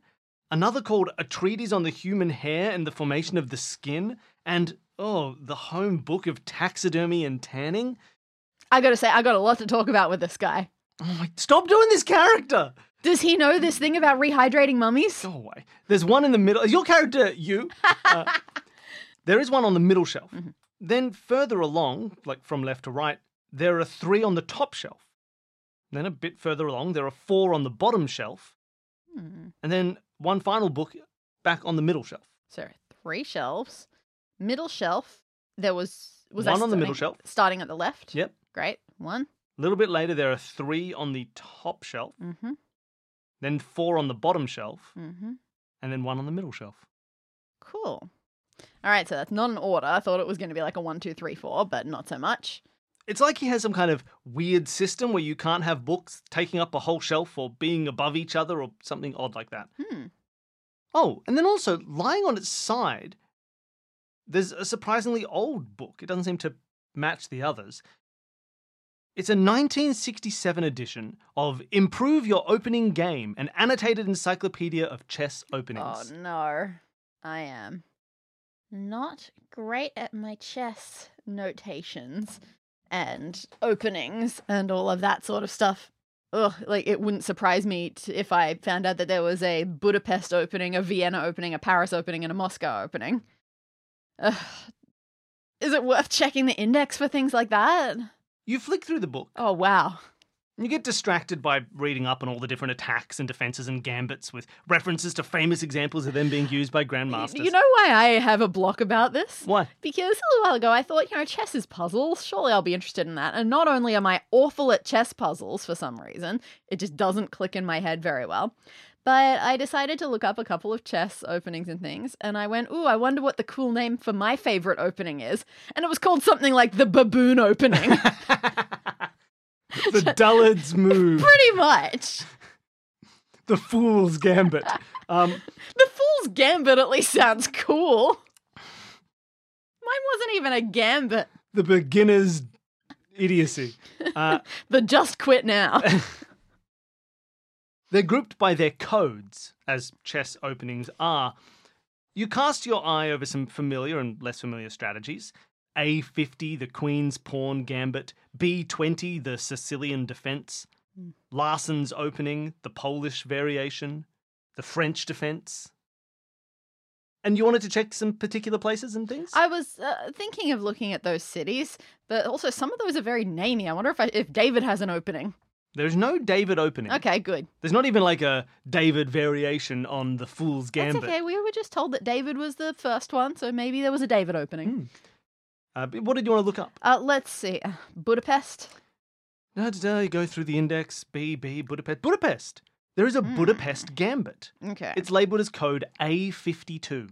S1: another called A Treatise on the Human Hair and the Formation of the Skin, and, oh, The Home Book of Taxidermy and Tanning.
S2: I gotta say, I got a lot to talk about with this guy.
S1: Oh my, stop doing this character!
S2: Does he know this thing about rehydrating mummies?
S1: Go away. There's one in the middle. Is your character you? Uh, there is one on the middle shelf. Then further along, like from left to right, there are three on the top shelf. Then a bit further along, there are four on the bottom shelf.
S2: Hmm.
S1: And then one final book back on the middle shelf.
S2: So three shelves. Middle shelf, there was was I
S1: One on the middle
S2: starting-
S1: shelf.
S2: starting at the left.
S1: Yep.
S2: Great. One.
S1: A little bit later, there are three on the top shelf,
S2: Mm-hmm.
S1: then four on the bottom shelf,
S2: Mm-hmm.
S1: and then one on the middle shelf.
S2: Cool. All right, so that's not an order. I thought it was going to be like a one, two, three, four, but not so much.
S1: It's like he has some kind of weird system where you can't have books taking up a whole shelf or being above each other or something odd like that.
S2: Hmm.
S1: Oh, and then also lying on its side, there's a surprisingly old book. It doesn't seem to match the others. It's a 1967 edition of Improve Your Opening Game, an annotated encyclopedia of chess
S2: Oh
S1: openings.
S2: no, I am not great at my chess notations and openings and all of that sort of stuff. Ugh, like it wouldn't surprise me t- if I found out that there was a Budapest opening, a Vienna opening, a Paris opening, and a Moscow opening. Ugh. Is it worth checking the index for things like that?
S1: You flick through the book,
S2: Oh wow.
S1: and you get distracted by reading up on all the different attacks and defenses and gambits with references to famous examples of them being used by
S2: Y-
S1: grandmasters.
S2: You know why I have a block about this?
S1: Why?
S2: Because a little while ago, I thought, you know, chess is puzzles. Surely I'll be interested in that. And not only am I awful at chess puzzles for some reason, it just doesn't click in my head very well. But I decided to look up a couple of chess openings and things, and I went, ooh, I wonder what the cool name for my favorite opening is. And it was called something like the baboon opening,
S1: the dullard's move,
S2: pretty much.
S1: the fool's gambit. Um,
S2: The fool's gambit at least sounds cool. Mine wasn't even a gambit.
S1: the beginner's idiocy. Uh,
S2: The just quit now.
S1: they're grouped by their codes, as chess openings are. You cast your eye over some familiar and less familiar strategies. A50, the Queen's Pawn Gambit. B20, the Sicilian Defense.
S2: Mm.
S1: Larsen's Opening, the Polish Variation. The French Defense. And you wanted to check some particular places and things?
S2: I was uh, thinking of looking at those cities, but also some of those are very namey. I wonder if I, if David has an opening.
S1: There's no David opening.
S2: Okay, good.
S1: There's not even like a David variation on the Fool's Gambit.
S2: That's okay. We were just told that David was the first one, so maybe there was a David opening.
S1: Hmm. Uh, but what did you want to look up?
S2: Uh, let's see. Uh, Budapest.
S1: Da, da, da, you go through the index, B, B, Budapest. Budapest! There is a
S2: Hmm.
S1: Budapest Gambit.
S2: Okay.
S1: It's labeled as code A52,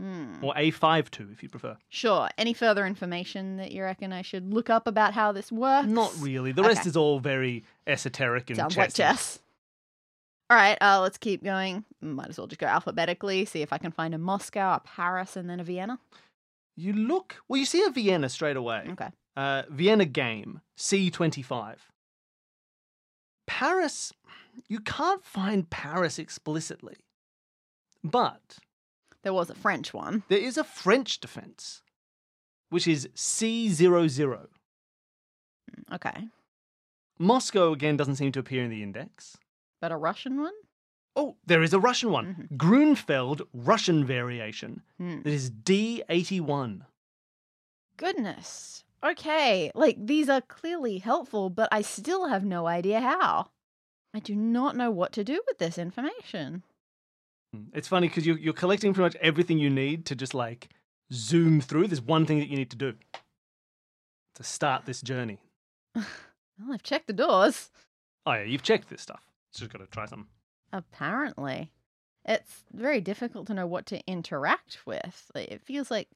S2: Hmm.
S1: or A52 if you prefer.
S2: Sure. Any further information that you reckon I should look up about how this works?
S1: Not really. The
S2: Oh, Okay.
S1: rest is all very esoteric and
S2: Sounds like
S1: chessy.
S2: chess. All right, uh, let's keep going. Might as well just go alphabetically, see if I can find a Moscow, a Paris, and then a Vienna.
S1: You look, well, you see a Vienna straight away.
S2: Okay.
S1: Uh, Vienna game, C25. Paris, you can't find Paris explicitly. But
S2: There was a French one.
S1: there is a French defense, which is C00.
S2: Okay.
S1: Moscow, again, doesn't seem to appear in the index.
S2: But a Russian one?
S1: Oh, there is a Russian one. Mm-hmm. Grunfeld Russian variation.
S2: Hmm.
S1: That is D81.
S2: Goodness. Okay. Like, these are clearly helpful, but I still have no idea how. I do not know what to do with this information.
S1: Hmm. It's funny because you, you're collecting pretty much everything you need to just like zoom through. There's one thing that you need to do to start this journey.
S2: Well, I've checked the doors.
S1: Oh, yeah, you've checked this stuff. Just got to try something.
S2: Apparently. It's very difficult to know what to interact with. Like, it feels like.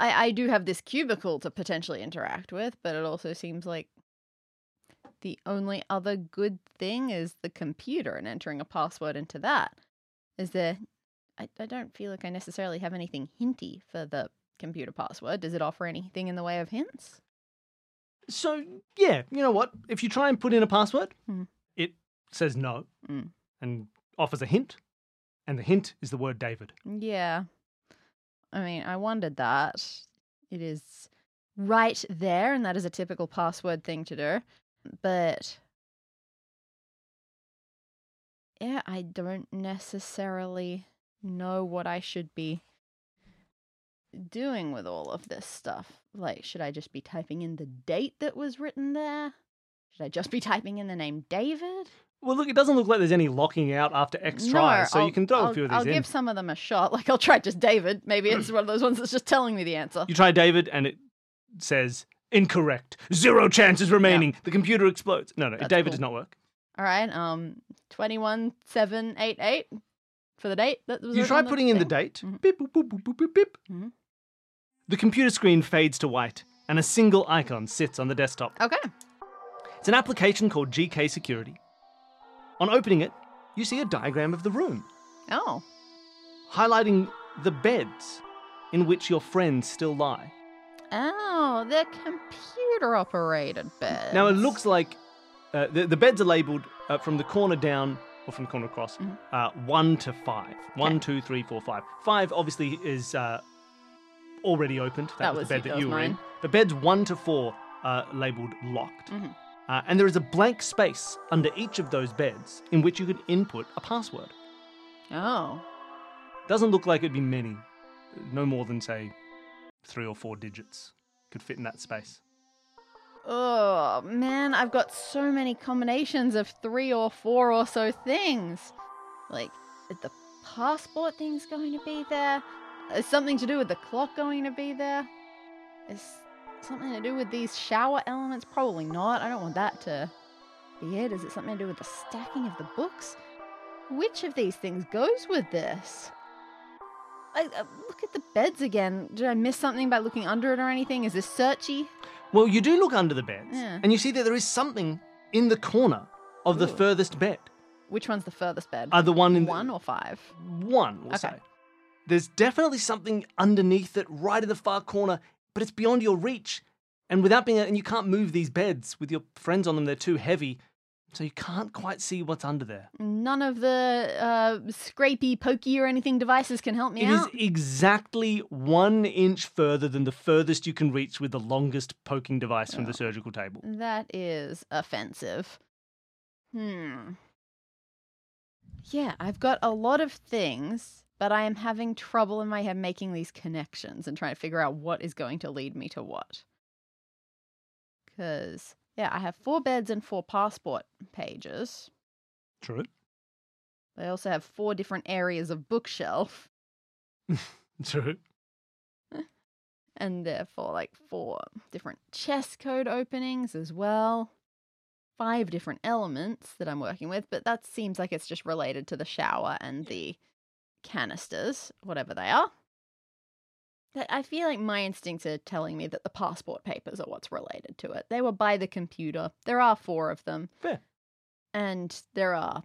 S2: I, I do have this cubicle to potentially interact with, but it also seems like the only other good thing is the computer and entering a password into that. Is there. I, I don't feel like I necessarily have anything hinty for the computer password. Does it offer anything in the way of hints?
S1: So, yeah, you know what? If you try and put in a password,
S2: Hmm.
S1: it says no
S2: Mm.
S1: and offers a hint. And the hint is the word David.
S2: Yeah. I mean, I wondered that. It is right there, and that is a typical password thing to do. But. Yeah, I don't necessarily know what I should be doing with all of this stuff. Like, should I just be typing in the date that was written there? Should I just be typing in the name David?
S3: Well, look, it doesn't look like there's any locking out after X tries, so
S2: I'll-
S3: you can throw
S2: I'll-
S3: a few of
S2: I'll
S3: these in.
S2: give some of them a shot. Like I'll try just David. Maybe it's one of those ones that's just telling me the answer.
S1: You try David, and it says incorrect. Zero chances remaining. The computer explodes. No, no,
S2: That's
S1: David
S2: cool.
S1: does not work.
S2: All right. Um, twenty-one seven eight eight for the date. That was
S1: you
S2: it
S1: try
S2: on
S1: putting in the
S2: thing?
S1: date.
S2: Mhm.
S1: Beep, boop, boop, boop, boop, boop, beep.
S2: Mhm.
S1: The computer screen fades to white, and a single icon sits on the desktop.
S2: Okay.
S1: It's an application called GK Security. On opening it, you see a diagram of the room,
S2: Oh.
S1: highlighting the beds in which your friends still lie.
S2: Oh, they're computer operated beds.
S1: Now it looks like uh, the, the beds are labelled uh, from the corner down or from the corner across,
S2: Mhm.
S1: uh, one to five. One, two, three, four, five. Five obviously is uh, already opened. That,
S2: That
S1: was,
S2: was-
S1: the bed
S2: that
S1: that,
S2: was
S1: you were in.
S2: mine.
S1: The beds one to four are labelled locked.
S2: Mhm.
S1: Uh, and there is a blank space under each of those beds in which you can input a password.
S2: Oh.
S1: Doesn't look like it'd be many. No more than, say, three or four digits could fit in that space.
S2: Oh man, I've got so many combinations of three or four or so things. Like, is the passport thing's going to be there? Is something to do with the clock going to be there? Is something to do with these shower elements? Probably not. I don't want that to be it. Is it something to do with the stacking of the books? Which of these things goes with this? I, uh, look at the beds again. Did I miss something by looking under it or anything? Is this searchy?
S1: Well, you do look under the beds,
S2: Yeah.
S1: and you see that there is something in the corner of the
S2: Ooh.
S1: furthest bed.
S2: Which one's the furthest bed?
S1: Uh, the one in
S2: one or five?
S1: one, we'll
S2: Okay.
S1: say. There's definitely something underneath it, right in the far corner, but it's beyond your reach. And without being, and you can't move these beds with your friends on them; they're too heavy, so you can't quite see what's under there.
S2: None of the uh, scrapey, pokey, or anything devices can help me
S1: It is
S2: out.
S1: exactly one inch further than the furthest you can reach with the longest poking device from the
S2: Yeah.
S1: surgical table.
S2: That is offensive. Hmm. Yeah, I've got a lot of things, but I am having trouble in my head making these connections and trying to figure out what is going to lead me to what. Because, yeah, I have four beds and four passport pages.
S1: True.
S2: They also have four different areas of bookshelf.
S1: True.
S2: and therefore like four different chess code openings as well. Five different elements that I'm working with, but that seems like it's just related to the shower and the canisters, whatever they are. That- I feel like my instincts are telling me that the passport papers are what's related to it. They were by the computer. There are four of them.
S1: Fair.
S2: And there are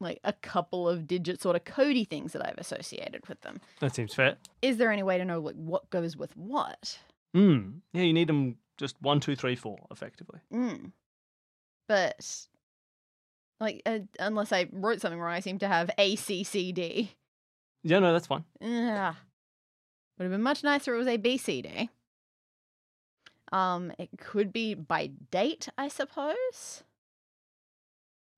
S2: like a couple of digit sort of codey things that I've associated with them
S1: That seems fair.
S2: is there any way to know like what goes with what?
S4: Hmm.
S1: Mm. Yeah, you need them just one, two, three, four, effectively.
S2: Mm. But like uh, unless I wrote something wrong, I seem to have A C C D.
S1: Yeah, no, that's fine.
S2: Ugh. Would have been much nicer if it was A B C D. Um, it could be by date, I suppose.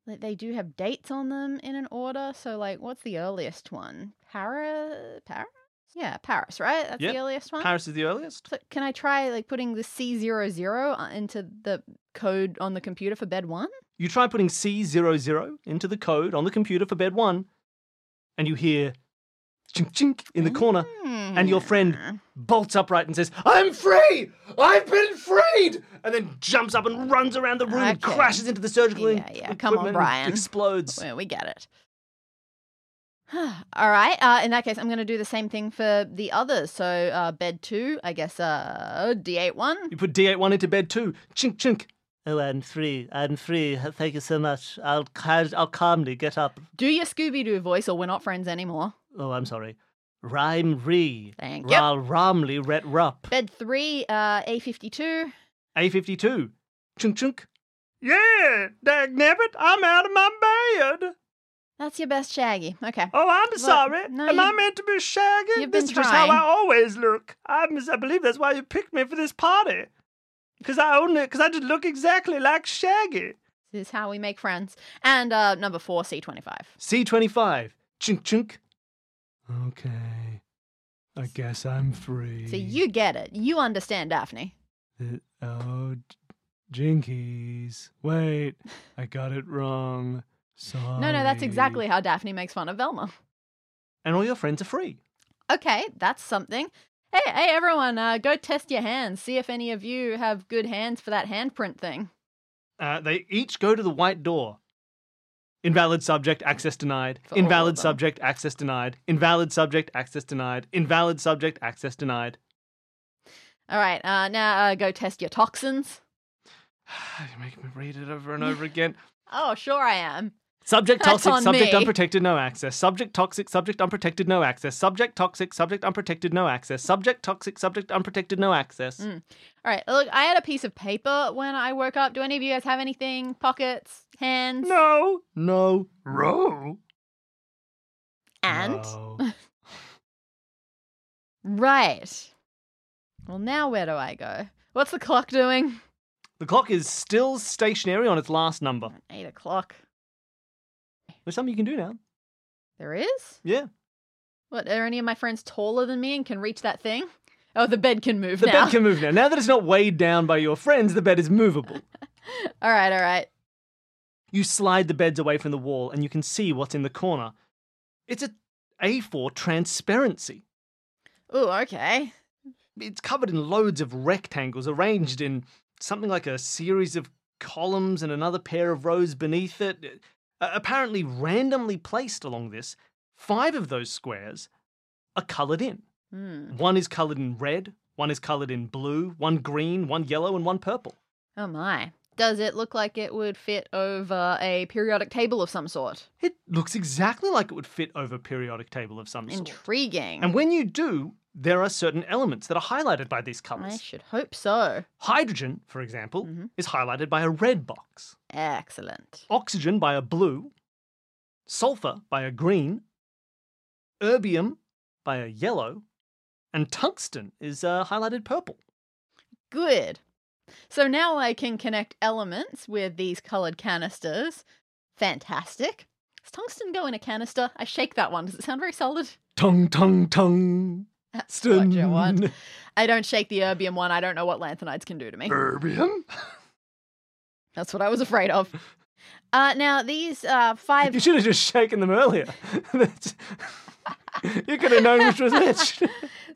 S2: Like they do have dates on them in an order, so like what's the earliest one? Paris, Paris? Yeah, Paris, right? That's
S1: Yep.
S2: the earliest one.
S1: Paris is the earliest.
S2: So can I try like putting the C00 into the code on the computer for bed one?
S1: You try putting C00 into the code on the computer for bed one, and you hear chink chink in the
S2: Mm.
S1: corner.
S2: and
S1: your
S2: Hmm.
S1: friend- Bolts upright and says, I'm free! I've been freed! And then jumps up and runs around the room, and
S2: Okay.
S1: crashes into the surgical
S2: Yeah,
S1: in-
S2: yeah, come
S1: equipment
S2: on,
S1: and
S2: Brian.
S1: Explodes.
S2: Well, we get it. All right. Uh, in that case, I'm going to do the same thing for the others. So uh, bed two, I guess uh, D8 one.
S1: You put D81 into bed two, chink chink.
S4: Oh, I'm free. I'm free. Thank you so much. I'll, cal- I'll calmly get up.
S2: Do your Scooby Doo voice, or we're not friends anymore.
S4: Oh, I'm sorry. Rhyme re.
S2: Thank you.
S4: Ral Romley ret rup.
S2: Bed three, uh, A52.
S1: A52, chink chink. Yeah, dag nabbit, I'm out of my bed.
S2: That's your best Shaggy. Okay.
S1: Oh, I'm sorry.
S2: no,
S1: Am I
S2: you-
S1: meant to be shaggy?
S2: you've
S1: this
S2: been
S1: is just how
S2: trying.
S1: I always look. I, mis- I believe that's why you picked me for this party. Because I own it. Because I just look exactly like Shaggy.
S2: This is how we make friends. And uh, number four, C25.
S1: C25. Chink chink. Okay. I guess I'm free.
S2: So you get it. You understand Daphne.
S1: oh,
S3: Jinkies. Wait, I got it wrong. Sorry.
S2: No, no, that's exactly how Daphne makes fun of Velma.
S1: And all your friends are free.
S2: Okay, that's something. Hey, hey, everyone, uh, go test your hands. See if any of you have good hands for that handprint thing.
S1: Uh, they each go to the white door. Invalid subject, access denied.
S2: For all of
S1: Invalid
S2: them.
S1: subject, access denied. Invalid subject, access denied. Invalid subject, access denied.
S2: All right, uh, now uh, go test your toxins.
S1: you make me read it over and over again.
S2: Oh, sure I am.
S1: Subject
S2: That's
S1: toxic,
S2: on
S1: subject
S2: me.
S1: unprotected, no access. Subject toxic, subject unprotected, no access. Subject toxic, subject unprotected, no access. Subject toxic, subject unprotected, no access.
S2: Mm. All right, look, I had a piece of paper when I woke up. Do any of you guys have anything? Pockets, hands,
S1: No, no, row.
S2: and
S3: No.
S2: right. Well, now where do I go? What's the clock doing?
S1: The clock is still stationary on its last number.
S2: Eight o'clock.
S1: There's something you can do now.
S2: There is.
S1: Yeah.
S2: What are any of my friends taller than me and can reach that thing? Oh, the bed can move
S1: The
S2: now.
S1: bed can move now. Now that it's not weighed down by your friends, the bed is movable.
S2: all right, all right.
S1: You slide the beds away from the wall and you can see what's in the corner. It's a A4 transparency.
S2: Ooh, okay.
S1: it's covered in loads of rectangles arranged in something like a series of columns and another pair of rows beneath it. Uh, apparently, randomly placed along this, five of those squares are coloured in.
S2: Hmm.
S1: One is coloured in red, one is coloured in blue, one green, one yellow, and one purple.
S2: Oh my. Does it look like it would fit over a periodic table of some sort?
S1: It looks exactly like it would fit over a periodic table of some sort.
S2: Intriguing.
S1: And when you do, there are certain elements that are highlighted by these
S2: I
S1: colours.
S2: should hope so.
S1: Hydrogen, for example,
S2: Mhm.
S1: is highlighted by a red box.
S2: Excellent.
S1: oxygen by a blue, sulfur by a green, erbium by a yellow, and tungsten is uh, highlighted purple.
S2: Good. So now I can connect elements with these colored canisters. Fantastic. Does tungsten go in a canister? I shake that one. Does it sound very solid?
S1: Tung, tung, tung.
S2: That's what you want.
S1: Stun.
S2: I don't shake the erbium one. I don't know what lanthanides can do to me.
S1: Erbium?
S2: That's what I was afraid of. Uh, now these uh,
S1: You
S2: five.
S1: should have just shaken them earlier. That's- you could have known which was which.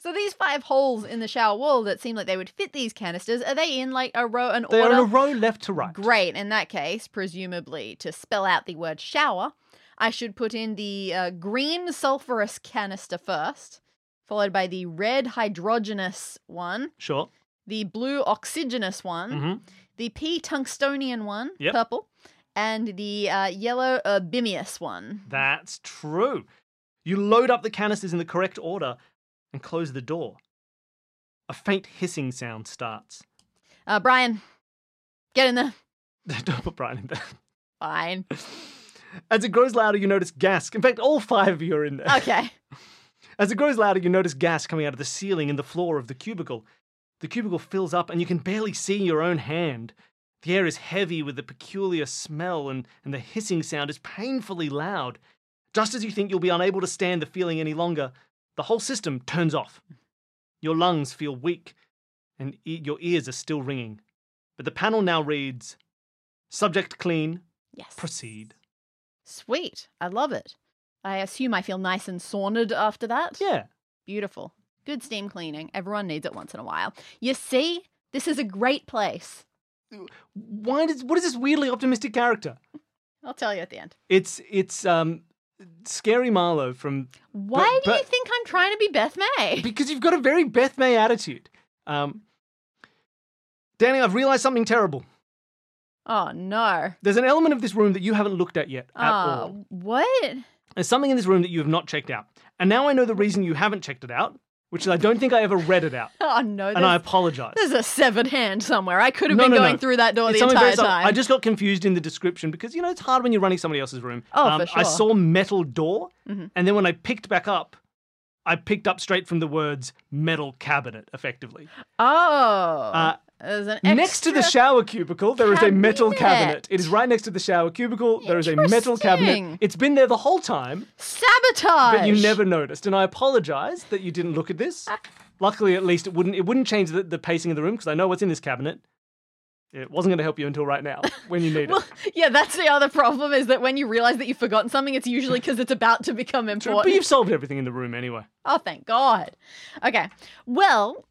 S2: So these five holes in the shower wall that seem like they would fit these canisters are they in like a row and
S1: They are
S2: order?
S1: in a row left to right.
S2: Great. In that case, presumably to spell out the word shower, I should put in the uh, green sulfurous canister first, followed by the red hydrogenous one,
S1: Sure.
S2: the blue oxygenous one,
S1: hmm
S2: the p tungstonian one,
S1: Yep.
S2: purple, and the uh, yellow erbimeous one.
S1: That's true. You load up the canisters in the correct order and close the door. A faint hissing sound starts.
S2: Uh, Brian, get in there.
S1: Don't put Brian in there.
S2: Fine.
S1: As it grows louder, you notice gas. In fact, all five of you are in there.
S2: Okay.
S1: As it grows louder, you notice gas coming out of the ceiling and the floor of the cubicle. The cubicle fills up, and you can barely see your own hand. The air is heavy with a peculiar smell, and, and the hissing sound is painfully loud. Just as you think you'll be unable to stand the feeling any longer, the whole system turns off. Your lungs feel weak, and e- your ears are still ringing. But the panel now reads Subject clean,
S2: Yes.
S1: proceed.
S2: Sweet. I love it. I assume I feel nice and sauntered after that.
S1: Yeah.
S2: Beautiful. Good steam cleaning. Everyone needs it once in a while. You see, this is a great place.
S1: why does what is this weirdly optimistic character?
S2: I'll tell you at the end.
S1: It's it's um scary Marlowe from
S2: Why do you
S1: but-
S2: think I'm trying to be Beth May?
S1: because you've got a very Beth May attitude. Um, Danny, I've realized something terrible.
S2: Oh no.
S1: There's an element of this room that you haven't looked at yet at all.
S2: Oh, what?
S1: There's something in this room that you have not checked out, and now I know the reason you haven't checked it out, which is I don't think I ever read it out,
S2: Oh no.
S1: and I
S2: There's,
S1: apologize.
S2: there's a severed hand somewhere. I could have
S1: No,
S2: been
S1: no, no.
S2: going through that door
S1: It's
S2: the
S1: something
S2: entire
S1: very subtle.
S2: time.
S1: I just got confused in the description because you know it's hard when you're running somebody else's room. Um,
S2: Oh, for
S1: I
S2: sure.
S1: saw metal door,
S2: Mhm.
S1: and then when I picked back up, I picked up straight from the words metal cabinet. Effectively,
S2: Oh.
S1: Uh,
S2: there's an
S1: next to the
S2: extra-
S1: shower cubicle, there is a metal
S2: Cabinet.
S1: cabinet. It is right next to the shower cubicle. There is a metal
S2: Interesting.
S1: cabinet. It's been there the whole time,
S2: sabotage.
S1: but you never noticed, and I apologise that you didn't
S2: Uh.
S1: look at this. Luckily, at least it wouldn't it wouldn't change the, the pacing of the room because I know what's in this cabinet.
S3: It wasn't going to help you until right now when you need
S2: Well,
S3: it.
S2: yeah, that's the other problem is that when you realize that you've forgotten something, it's usually because it's about to become
S3: True, But
S2: important.
S3: you've solved everything in the room anyway.
S2: Oh, thank God. Okay. Well,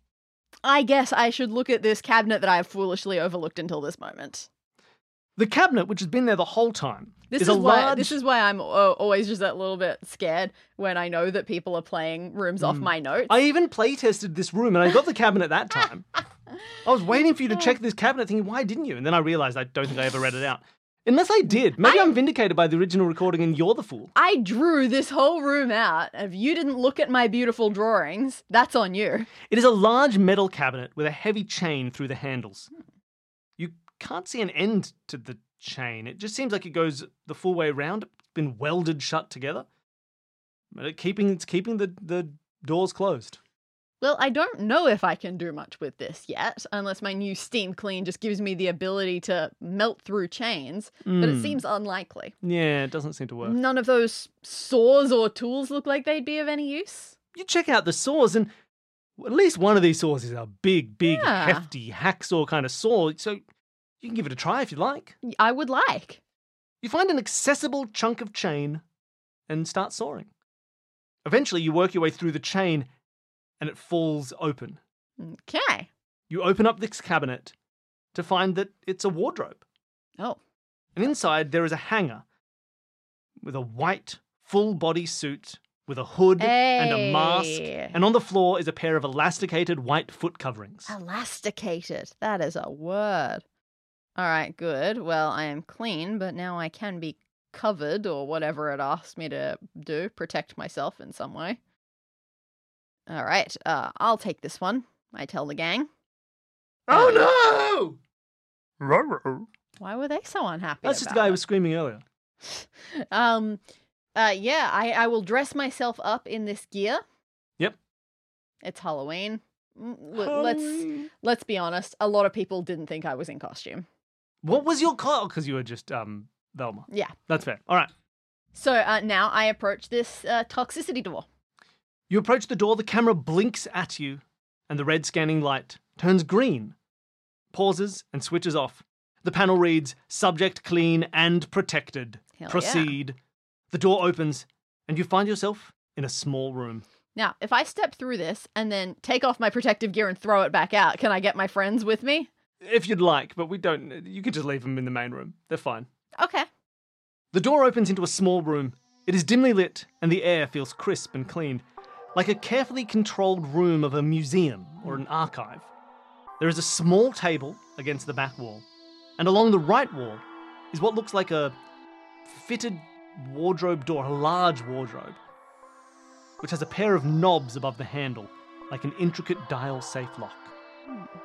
S2: I guess I should look at this cabinet that I have foolishly overlooked until this moment.
S1: The cabinet, which has been there the whole time,
S2: This
S1: is,
S2: is,
S1: a
S2: why
S1: large.
S2: this is why I'm uh, always just a little bit scared when I know that people are playing rooms off my notes.
S1: I even play tested this room and I got the cabinet that time. I was waiting for you to check this cabinet thinking, why didn't you? And then I realized I don't think I ever read it out. Unless I did. Maybe I... am vindicated by the original recording and you're the fool.
S2: I drew this whole room out. If you didn't look at my beautiful drawings, that's on you.
S1: It is a large metal cabinet with a heavy chain through the handles.
S2: Hmm.
S1: You can't see an end to the chain. It just seems like it goes the full way around. It's been welded shut together. But it keeping it's keeping the, the doors closed.
S2: Well, I don't know if I can do much with this yet, unless my new steam clean just gives me the ability to melt through chains, but it
S1: Mm.
S2: seems unlikely.
S1: Yeah, it doesn't seem to work.
S2: None of those saws or tools look like they'd be of any use.
S1: you check out the saws, and at least one of these saws is a big, big,
S2: Yeah.
S1: hefty hacksaw kind of saw. So you can give it a try if you like.
S2: Y- I would like.
S1: You find an accessible chunk of chain and start sawing. Eventually, you work your way through the chain and it falls open.
S2: Okay.
S1: You open up this cabinet to find that it's a wardrobe.
S2: Oh,
S1: And inside, there is a hanger with a white, full body suit with a hood and a mask.
S2: Hey.
S1: And on the floor is a pair of elasticated white foot coverings.
S2: elasticated. That is a word. All right, good. Well, I am clean, but now I can be covered or whatever it asks me to do, protect myself in some way. All right, uh, I'll take this one. I tell the gang.
S1: Oh no!
S2: Why were they so unhappy?
S1: That's just the
S2: about
S1: guy
S2: it?
S1: who was screaming earlier.
S2: Um, uh, yeah, I, I will dress myself up in this gear.
S1: Yep.
S2: It's Halloween. Mm, l- Let's let's be honest. A lot of people didn't think I was in costume.
S1: What was your call? Because you were just um Velma.
S2: Yeah.
S1: That's fair. All right.
S2: So uh, now I approach this uh, toxicity door.
S1: You approach the door. The camera blinks at you, and the red scanning light turns green, pauses, and switches off. The panel reads: "Subject clean and protected.
S2: Hell yeah.
S1: Proceed." The door opens, and you find yourself in a small room.
S2: Now, if I step through this and then take off my protective gear and throw it back out, can I get my friends with me?
S1: If you'd like, but we don't. You could just leave them in the main room. They're fine.
S2: Okay.
S1: The door opens into a small room. It is dimly lit, and the air feels crisp and clean, like a carefully controlled room of a museum or an archive. There is a small table against the back wall, and along the right wall is what looks like a fitted wardrobe door, a large wardrobe, which has a pair of knobs above the handle, like an intricate dial safe lock.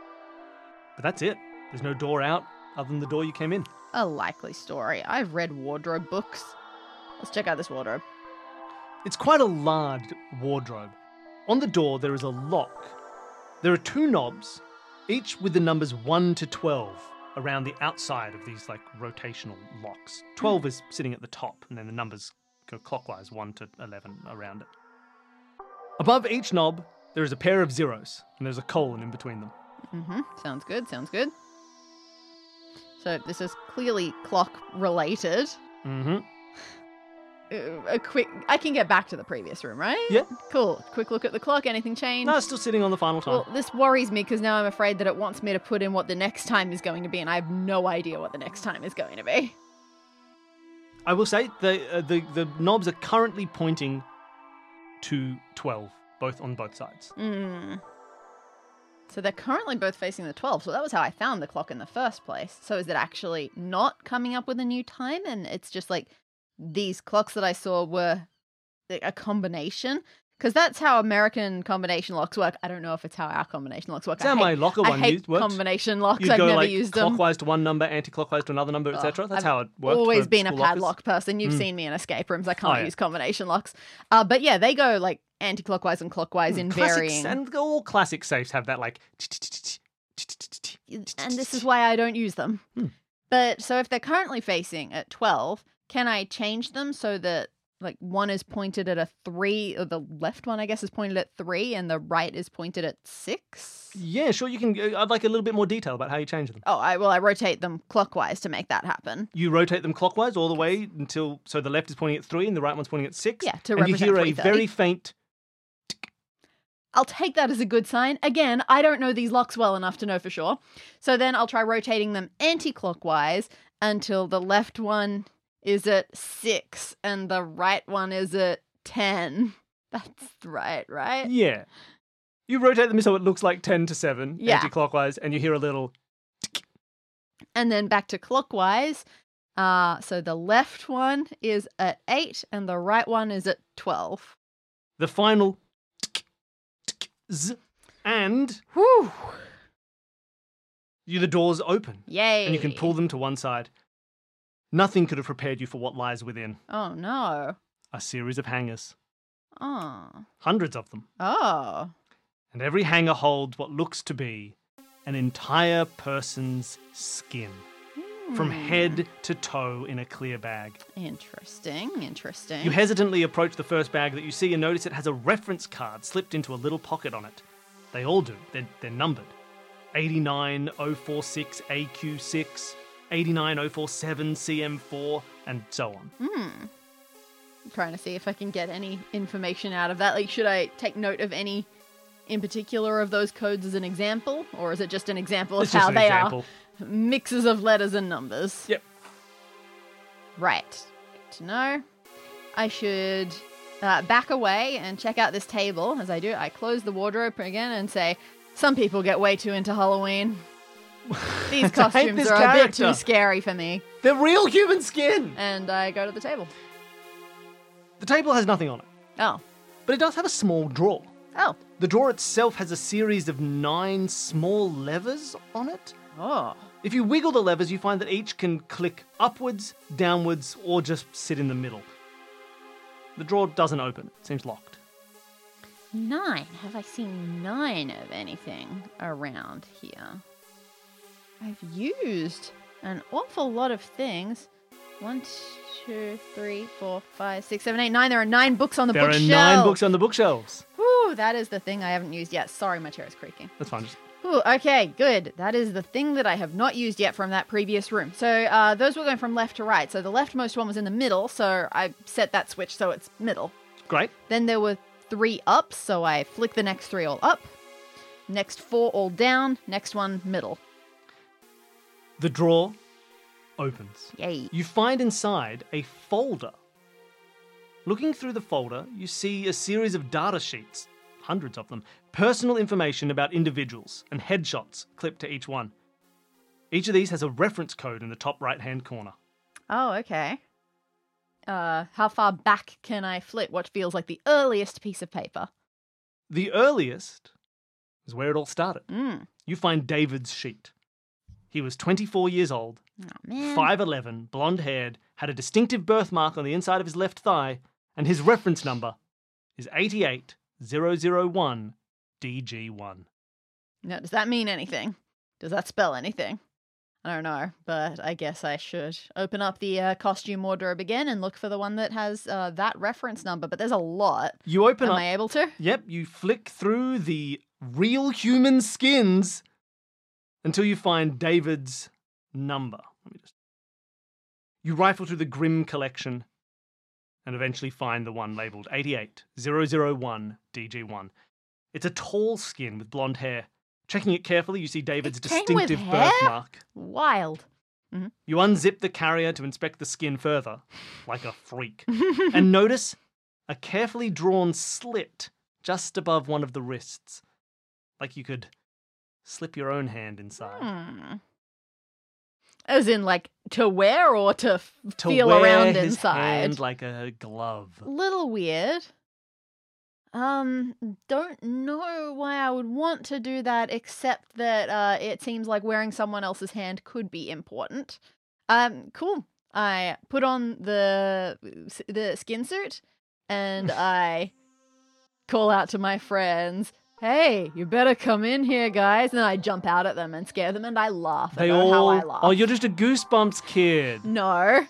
S1: But that's it. There's no door out other than the door you came in.
S2: A likely story. I've read wardrobe books. Let's check out this wardrobe.
S1: It's quite a large wardrobe. On the door, there is a lock. There are two knobs, each with the numbers 1 to 12 around the outside of these like rotational locks. 12 is sitting at the top, and then the numbers go clockwise 1 to 11 around it. Above each knob, there is a pair of zeros, and there's a colon in between them.
S2: Mm-hmm. Sounds good. Sounds good. So this is clearly clock related.
S1: Mm-hmm.
S2: Uh, A quick. I can get back to the previous room, right?
S1: Yeah.
S2: Cool. Quick look at the clock. Anything changed?
S1: No, it's still sitting on the final time.
S2: Well, this worries me because now I'm afraid that it wants me to put in what the next time is going to be, and I have no idea what the next time is going to be.
S1: I will say the, uh, the the knobs are currently pointing to 12, both on both sides.
S2: Mm. So they're currently both facing the 12. So that was how I found the clock in the first place. So is it actually not coming up with a new time? And it's just like these clocks that I saw were like, a combination? Because that's how American combination locks work. I don't know if it's how our combination locks work.
S1: Is that
S2: I
S1: my
S2: hate,
S1: locker
S2: I
S1: one
S2: hate
S1: used worked?
S2: combination locks.
S1: You'd
S2: I've
S1: go
S2: never
S1: like
S2: used them.
S1: clockwise to one number, anti-clockwise to another number,
S2: Ugh,
S1: etc. That's
S2: I've
S1: how it worked.
S2: always
S1: for
S2: been a
S1: school lockers.
S2: padlock person. You've
S1: Mm.
S2: seen me in escape rooms. I
S1: Oh,
S2: can't
S1: yeah.
S2: use combination locks. Uh, but yeah, they go like anti-clockwise and clockwise in
S1: Hmm, Mm, Classic-
S2: varying.
S1: and all classic safes have that like.
S2: and this is why I don't use them.
S1: Hmm.
S2: But so if they're currently facing at 12, can I change them so that like one is pointed at a three, or the left one, I guess, is pointed at three, and the right is pointed at six.
S1: Yeah, sure. You can. I'd like a little bit more detail about how you change them.
S2: Oh, I well, I rotate them clockwise to make that happen.
S1: You rotate them clockwise all the way until so the left is pointing at three and the right one's pointing at six.
S2: Yeah, to
S1: and you
S2: represent
S1: hear a
S2: 330.
S1: very faint.
S2: I'll take that as a good sign. Again, I don't know these locks well enough to know for sure. So then I'll try rotating them anti clockwise until the left one is at six and the right one is at 10. That's right, right?
S1: Yeah. You rotate them so it looks like ten to seven
S2: Yeah.
S1: anti-clockwise, and you hear a little.
S2: And then back to clockwise. Uh, so the left one is at eight and the right one is at 12.
S1: The final. And
S2: Whew!
S1: you, the doors open,
S2: Yay.
S1: and you can pull them to one side. Nothing could have prepared you for what lies within.
S2: Oh, no.
S1: A series of hangers,
S2: Oh.
S1: hundreds of them.
S2: Oh.
S1: and every hanger holds what looks to be an entire person's skin, from
S2: Hmm.
S1: head to toe in a clear bag.
S2: Interesting. Interesting.
S1: You hesitantly approach the first bag that you see and notice it has a reference card slipped into a little pocket on it. They all do, they're, they're numbered 89046 AQ6, 89047 CM4, and so on.
S2: trying to see if I can get any information out of that. Like, should I take note of any in particular of those codes as an example, or is it just an example of
S1: It's just
S2: how
S1: an
S2: they
S1: example.
S2: are mixes of letters and numbers?
S1: Yep.
S2: Right. Good to know. I should uh, back away and check out this table. As I do, I close the wardrobe again and say, "Some people get way too into Halloween." These costumes
S1: this
S2: are a bit
S1: character.
S2: too scary for me.
S1: They're real human skin!
S2: And I go to the table.
S1: The table has nothing on it,
S2: Oh.
S1: but it does have a small drawer.
S2: Oh.
S1: The drawer itself has a series of nine small levers on it.
S2: Oh.
S1: If you wiggle the levers, you find that each can click upwards, downwards, or just sit in the middle. The drawer doesn't open, it seems locked.
S2: Nine. Have I seen nine of anything around here? I've used an awful lot of things. One, two, three, four, five, six, seven, eight, nine. There are nine books on the
S1: there are
S2: bookshelf.
S1: nine books on the bookshelves.
S2: Whew, that is the thing I haven't used yet. Sorry, my chair is creaking.
S1: That's fine. Just,
S2: Ooh, okay, good. That is the thing that I have not used yet from that previous room. So uh, those were going from left to right. So the leftmost one was in the middle, so I set that switch so it's middle.
S1: great.
S2: Then there were three ups, so I flick the next three all up. Next four all down. Next one middle.
S1: The drawer opens.
S2: Yay.
S1: You find inside a folder. Looking through the folder, you see a series of data sheets, hundreds of them, personal information about individuals and headshots clipped to each one. Each of these has a reference code in the top right hand corner.
S2: Oh, okay. Uh, how far back can I flit what feels like the earliest piece of paper?
S1: The earliest is where it all started.
S2: Mm.
S1: You find David's sheet. He was 24 years old,
S2: Oh, man.
S1: 5'11, blonde haired, had a distinctive birthmark on the inside of his left thigh, and his reference number is 88001 DG1.
S2: Now, does that mean anything? Does that spell anything? I don't know, but I guess I should open up the uh, costume wardrobe again and look for the one that has uh, that reference number. But there's a lot.
S1: You open
S2: Am
S1: up.
S2: I able to?
S1: Yep, you flick through the real human skins until you find David's number. Let me just. You rifle through the grim collection and eventually find the one labeled 88001 DG1. It's a tall skin with blonde hair. Checking it carefully, you see David's
S2: It came with
S1: distinctive
S2: hair?
S1: birthmark.
S2: Wild.
S1: You unzip the carrier to inspect the skin further, like a freak, and notice a carefully drawn slit just above one of the wrists, like you could slip your own hand inside.
S2: Hmm. As in, like to wear or to, f-
S1: To
S2: feel
S1: wear
S2: around
S1: his
S2: inside.
S1: hand like a glove.
S2: Little weird. Um, don't know why I would want to do that, except that uh, it seems like wearing someone else's hand could be important. Um, cool. I put on the uh, the skin suit, and I call out to my friends. Hey, you better come in here, guys! And I jump out at them and scare them, and I laugh.
S1: They
S2: about
S1: all.
S2: how I laugh.
S1: Oh, you're just a goosebumps kid.
S2: No.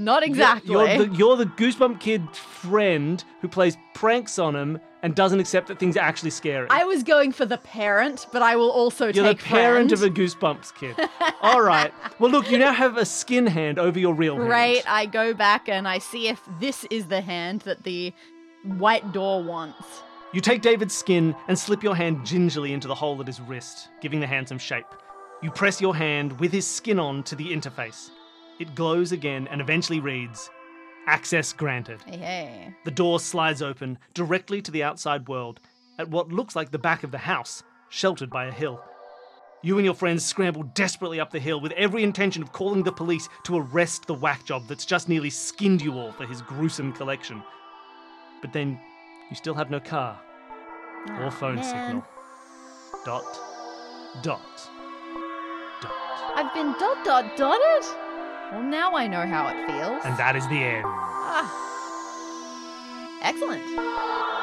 S2: Not exactly.
S1: You're the, you're the goosebump kid friend who plays pranks on him and doesn't accept that things are actually scary.
S2: I was going for the parent, but I will also
S1: You're the
S2: take
S1: parent
S2: friend.
S1: of a Goosebumps kid. All right. Well, look, you now have a skin hand over your real
S2: Great.
S1: hand.
S2: I go back and I see if this is the hand that the white door wants.
S1: You take David's skin and slip your hand gingerly into the hole at his wrist, giving the hand some shape. You press your hand with his skin on to the interface. It glows again and eventually reads Access granted.
S2: Hey, hey.
S1: The door slides open directly to the outside world at what looks like the back of the house, sheltered by a hill. You and your friends scramble desperately up the hill with every intention of calling the police to arrest the whack job that's just nearly skinned you all for his gruesome collection. But then you still have no car or phone signal. Dot, dot, dot.
S2: I've been dot dot dotted. Well, now I know how it feels.
S1: And that is the end.
S2: Ah. Excellent.